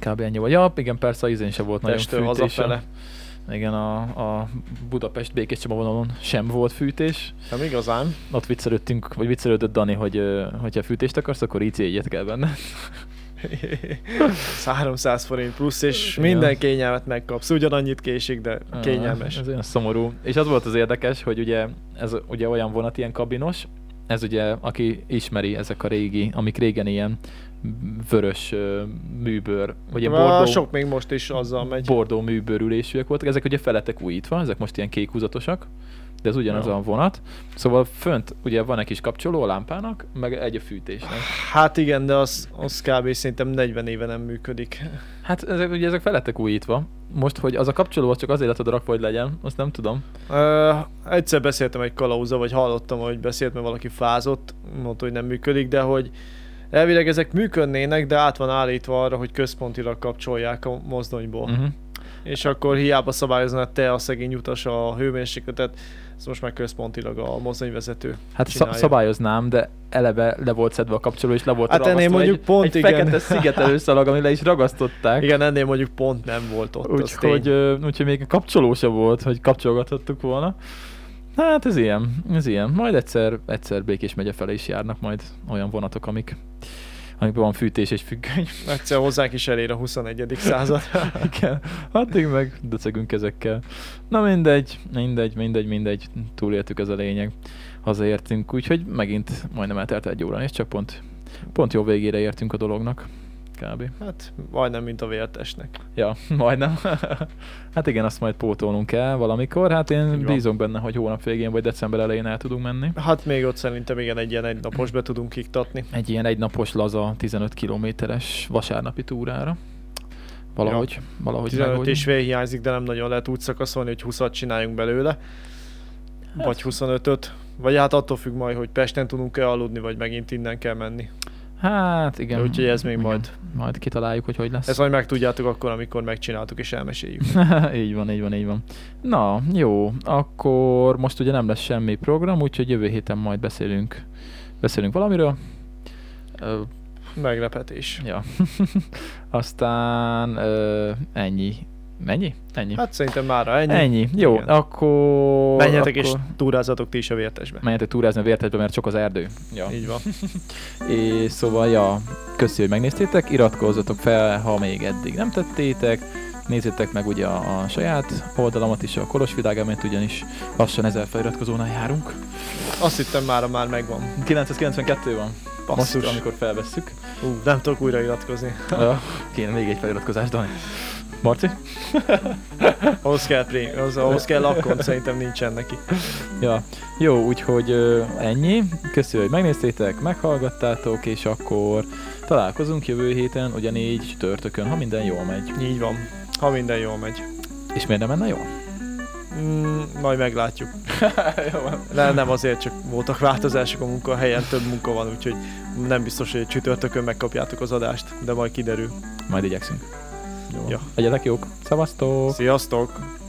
[SPEAKER 1] Kb. ennyi volt. Ja, igen, persze a izén sem volt nagyon
[SPEAKER 2] testől
[SPEAKER 1] fűtés.
[SPEAKER 2] hazafele.
[SPEAKER 1] Igen, a, a Budapest Békés Csaba vonalon sem volt fűtés.
[SPEAKER 2] Nem igazán.
[SPEAKER 1] Ott viccelődtünk, vagy viccelődött Dani, hogy ö, hogyha fűtést akarsz, akkor IC egyet kell benne.
[SPEAKER 2] Ez 300 forint plusz, és
[SPEAKER 1] Igen.
[SPEAKER 2] minden kényelmet megkapsz. Ugyanannyit késik, de kényelmes.
[SPEAKER 1] Ez olyan szomorú. És az volt az érdekes, hogy ugye ez ugye olyan vonat, ilyen kabinos, ez ugye, aki ismeri ezek a régi, amik régen ilyen vörös ö, műbőr, vagy ilyen
[SPEAKER 2] Már
[SPEAKER 1] bordó,
[SPEAKER 2] Sok még most is azzal megy.
[SPEAKER 1] bordó műbőr ülésűek voltak. Ezek ugye feletek újítva, ezek most ilyen kék húzatosak, de ez ugyanaz
[SPEAKER 2] Ja.
[SPEAKER 1] a vonat. Szóval fönt ugye van egy kis kapcsoló a lámpának, meg egy a fűtésnek.
[SPEAKER 2] Hát igen, de az, az kb. szerintem 40 éve nem működik.
[SPEAKER 1] Hát ezek, ugye ezek feletek újítva. Most, hogy az a kapcsoló az csak azért lett oda rakva, hogy legyen, azt nem tudom.
[SPEAKER 2] Ö, egyszer beszéltem egy kalauza, vagy hallottam, hogy beszélt, mert valaki fázott, mondta, hogy nem működik, de hogy elvileg ezek működnének, de át van állítva arra, hogy központilag kapcsolják a mozdonyból. Uh-huh.
[SPEAKER 1] Uh-huh.
[SPEAKER 2] És akkor hiába szabályoznád te a szegény utas a hőmérsékletet, ezt most már központilag a mozdonyvezető.
[SPEAKER 1] Hát szab-
[SPEAKER 2] csinálja.
[SPEAKER 1] szabályoznám, de eleve le volt szedve a kapcsoló, és le volt
[SPEAKER 2] Hát ennél
[SPEAKER 1] ragasztva
[SPEAKER 2] mondjuk
[SPEAKER 1] egy,
[SPEAKER 2] pont
[SPEAKER 1] egy
[SPEAKER 2] igen.
[SPEAKER 1] fekete szigetelőszalag, ami le is ragasztották.
[SPEAKER 2] Igen, ennél mondjuk pont nem volt ott. az tény.
[SPEAKER 1] Úgyhogy, ö, úgyhogy még kapcsoló se volt, hogy kapcsolgathattuk volna. Hát ez ilyen, ez ilyen. Majd egyszer, egyszer Békés megye felé is járnak majd olyan vonatok, amik, amikben van fűtés és függöny.
[SPEAKER 2] Egyszer hozzánk is elér a 21. század. Hát,
[SPEAKER 1] Igen, addig meg döcegünk ezekkel. Na mindegy, mindegy, mindegy, mindegy, túléltük ez a lényeg. Hazaértünk, úgyhogy megint majdnem eltelt egy óra, és csak pont, pont jó végére értünk a dolognak. Kb.
[SPEAKER 2] Hát majdnem, mint a vértesnek.
[SPEAKER 1] Ja, majdnem. hát igen, azt majd pótolnunk kell valamikor. Hát
[SPEAKER 2] Így
[SPEAKER 1] én
[SPEAKER 2] van.
[SPEAKER 1] bízom benne, hogy hónap végén vagy december elején el tudunk menni.
[SPEAKER 2] Hát még ott szerintem igen, egy ilyen egynapos be tudunk iktatni.
[SPEAKER 1] Egy ilyen egynapos, laza, 15 kilométeres vasárnapi túrára. Valahogy, ja. valahogy
[SPEAKER 2] 15
[SPEAKER 1] megoldjuk.
[SPEAKER 2] és fél hiányzik, de nem nagyon lehet úgy szakaszolni, hogy 20-at csináljunk belőle. Vagy 25-öt. Vagy hát attól függ majd, hogy Pesten tudunk-e aludni, vagy megint innen kell menni.
[SPEAKER 1] Hát igen.
[SPEAKER 2] Úgyhogy ez még
[SPEAKER 1] igen.
[SPEAKER 2] majd-
[SPEAKER 1] Majd kitaláljuk, hogy hogy lesz.
[SPEAKER 2] Ezt majd megtudjátok akkor, amikor megcsináltuk és elmeséljük.
[SPEAKER 1] így van, így van, így van. Na, jó, akkor most ugye nem lesz semmi program, úgyhogy jövő héten majd beszélünk, beszélünk valamiről. Ö,
[SPEAKER 2] Meglepetés.
[SPEAKER 1] ja. Aztán ö, ennyi. Ennyi? Ennyi.
[SPEAKER 2] Hát szerintem mára ennyi.
[SPEAKER 1] ennyi. Jó,
[SPEAKER 2] Igen.
[SPEAKER 1] akkor...
[SPEAKER 2] Menjetek
[SPEAKER 1] akkor...
[SPEAKER 2] és túrázatok ti is a vértesbe.
[SPEAKER 1] Menjetek túrázni a vértesbe, mert csak az erdő. Ja.
[SPEAKER 2] Így van.
[SPEAKER 1] És szóval, ja, köszi, hogy megnéztétek, iratkozzatok fel, ha még eddig nem tettétek, nézzétek meg ugye a, a saját oldalamat is, a Kolos Világ, mert ugyanis lassan ezer feliratkozónál járunk.
[SPEAKER 2] Azt hittem mára már megvan.
[SPEAKER 1] 992 van,
[SPEAKER 2] Basszus.
[SPEAKER 1] most, amikor felvesszük.
[SPEAKER 2] Ú, nem tudok újra iratkozni.
[SPEAKER 1] Ö, Kéne még egy feliratkozás, Dani. Marci?
[SPEAKER 2] Ahhoz kell, pré- az, ahhoz kell akkor szerintem nincsen neki.
[SPEAKER 1] Ja. Jó, úgyhogy ö, ennyi. Köszi, hogy megnéztétek, meghallgattátok, és akkor találkozunk jövő héten, ugyanígy csütörtökön, ha minden jól megy.
[SPEAKER 2] Így van. Ha minden jól megy.
[SPEAKER 1] És miért nem menne jól?
[SPEAKER 2] Mm, majd meglátjuk. De nem azért, csak voltak változások a munkahelyen, több munka van, úgyhogy nem biztos, hogy csütörtökön megkapjátok az adást, de majd kiderül.
[SPEAKER 1] Majd igyekszünk. Jó.
[SPEAKER 2] Ja.
[SPEAKER 1] Legyetek jók. Szevasztok!
[SPEAKER 2] Sziasztok!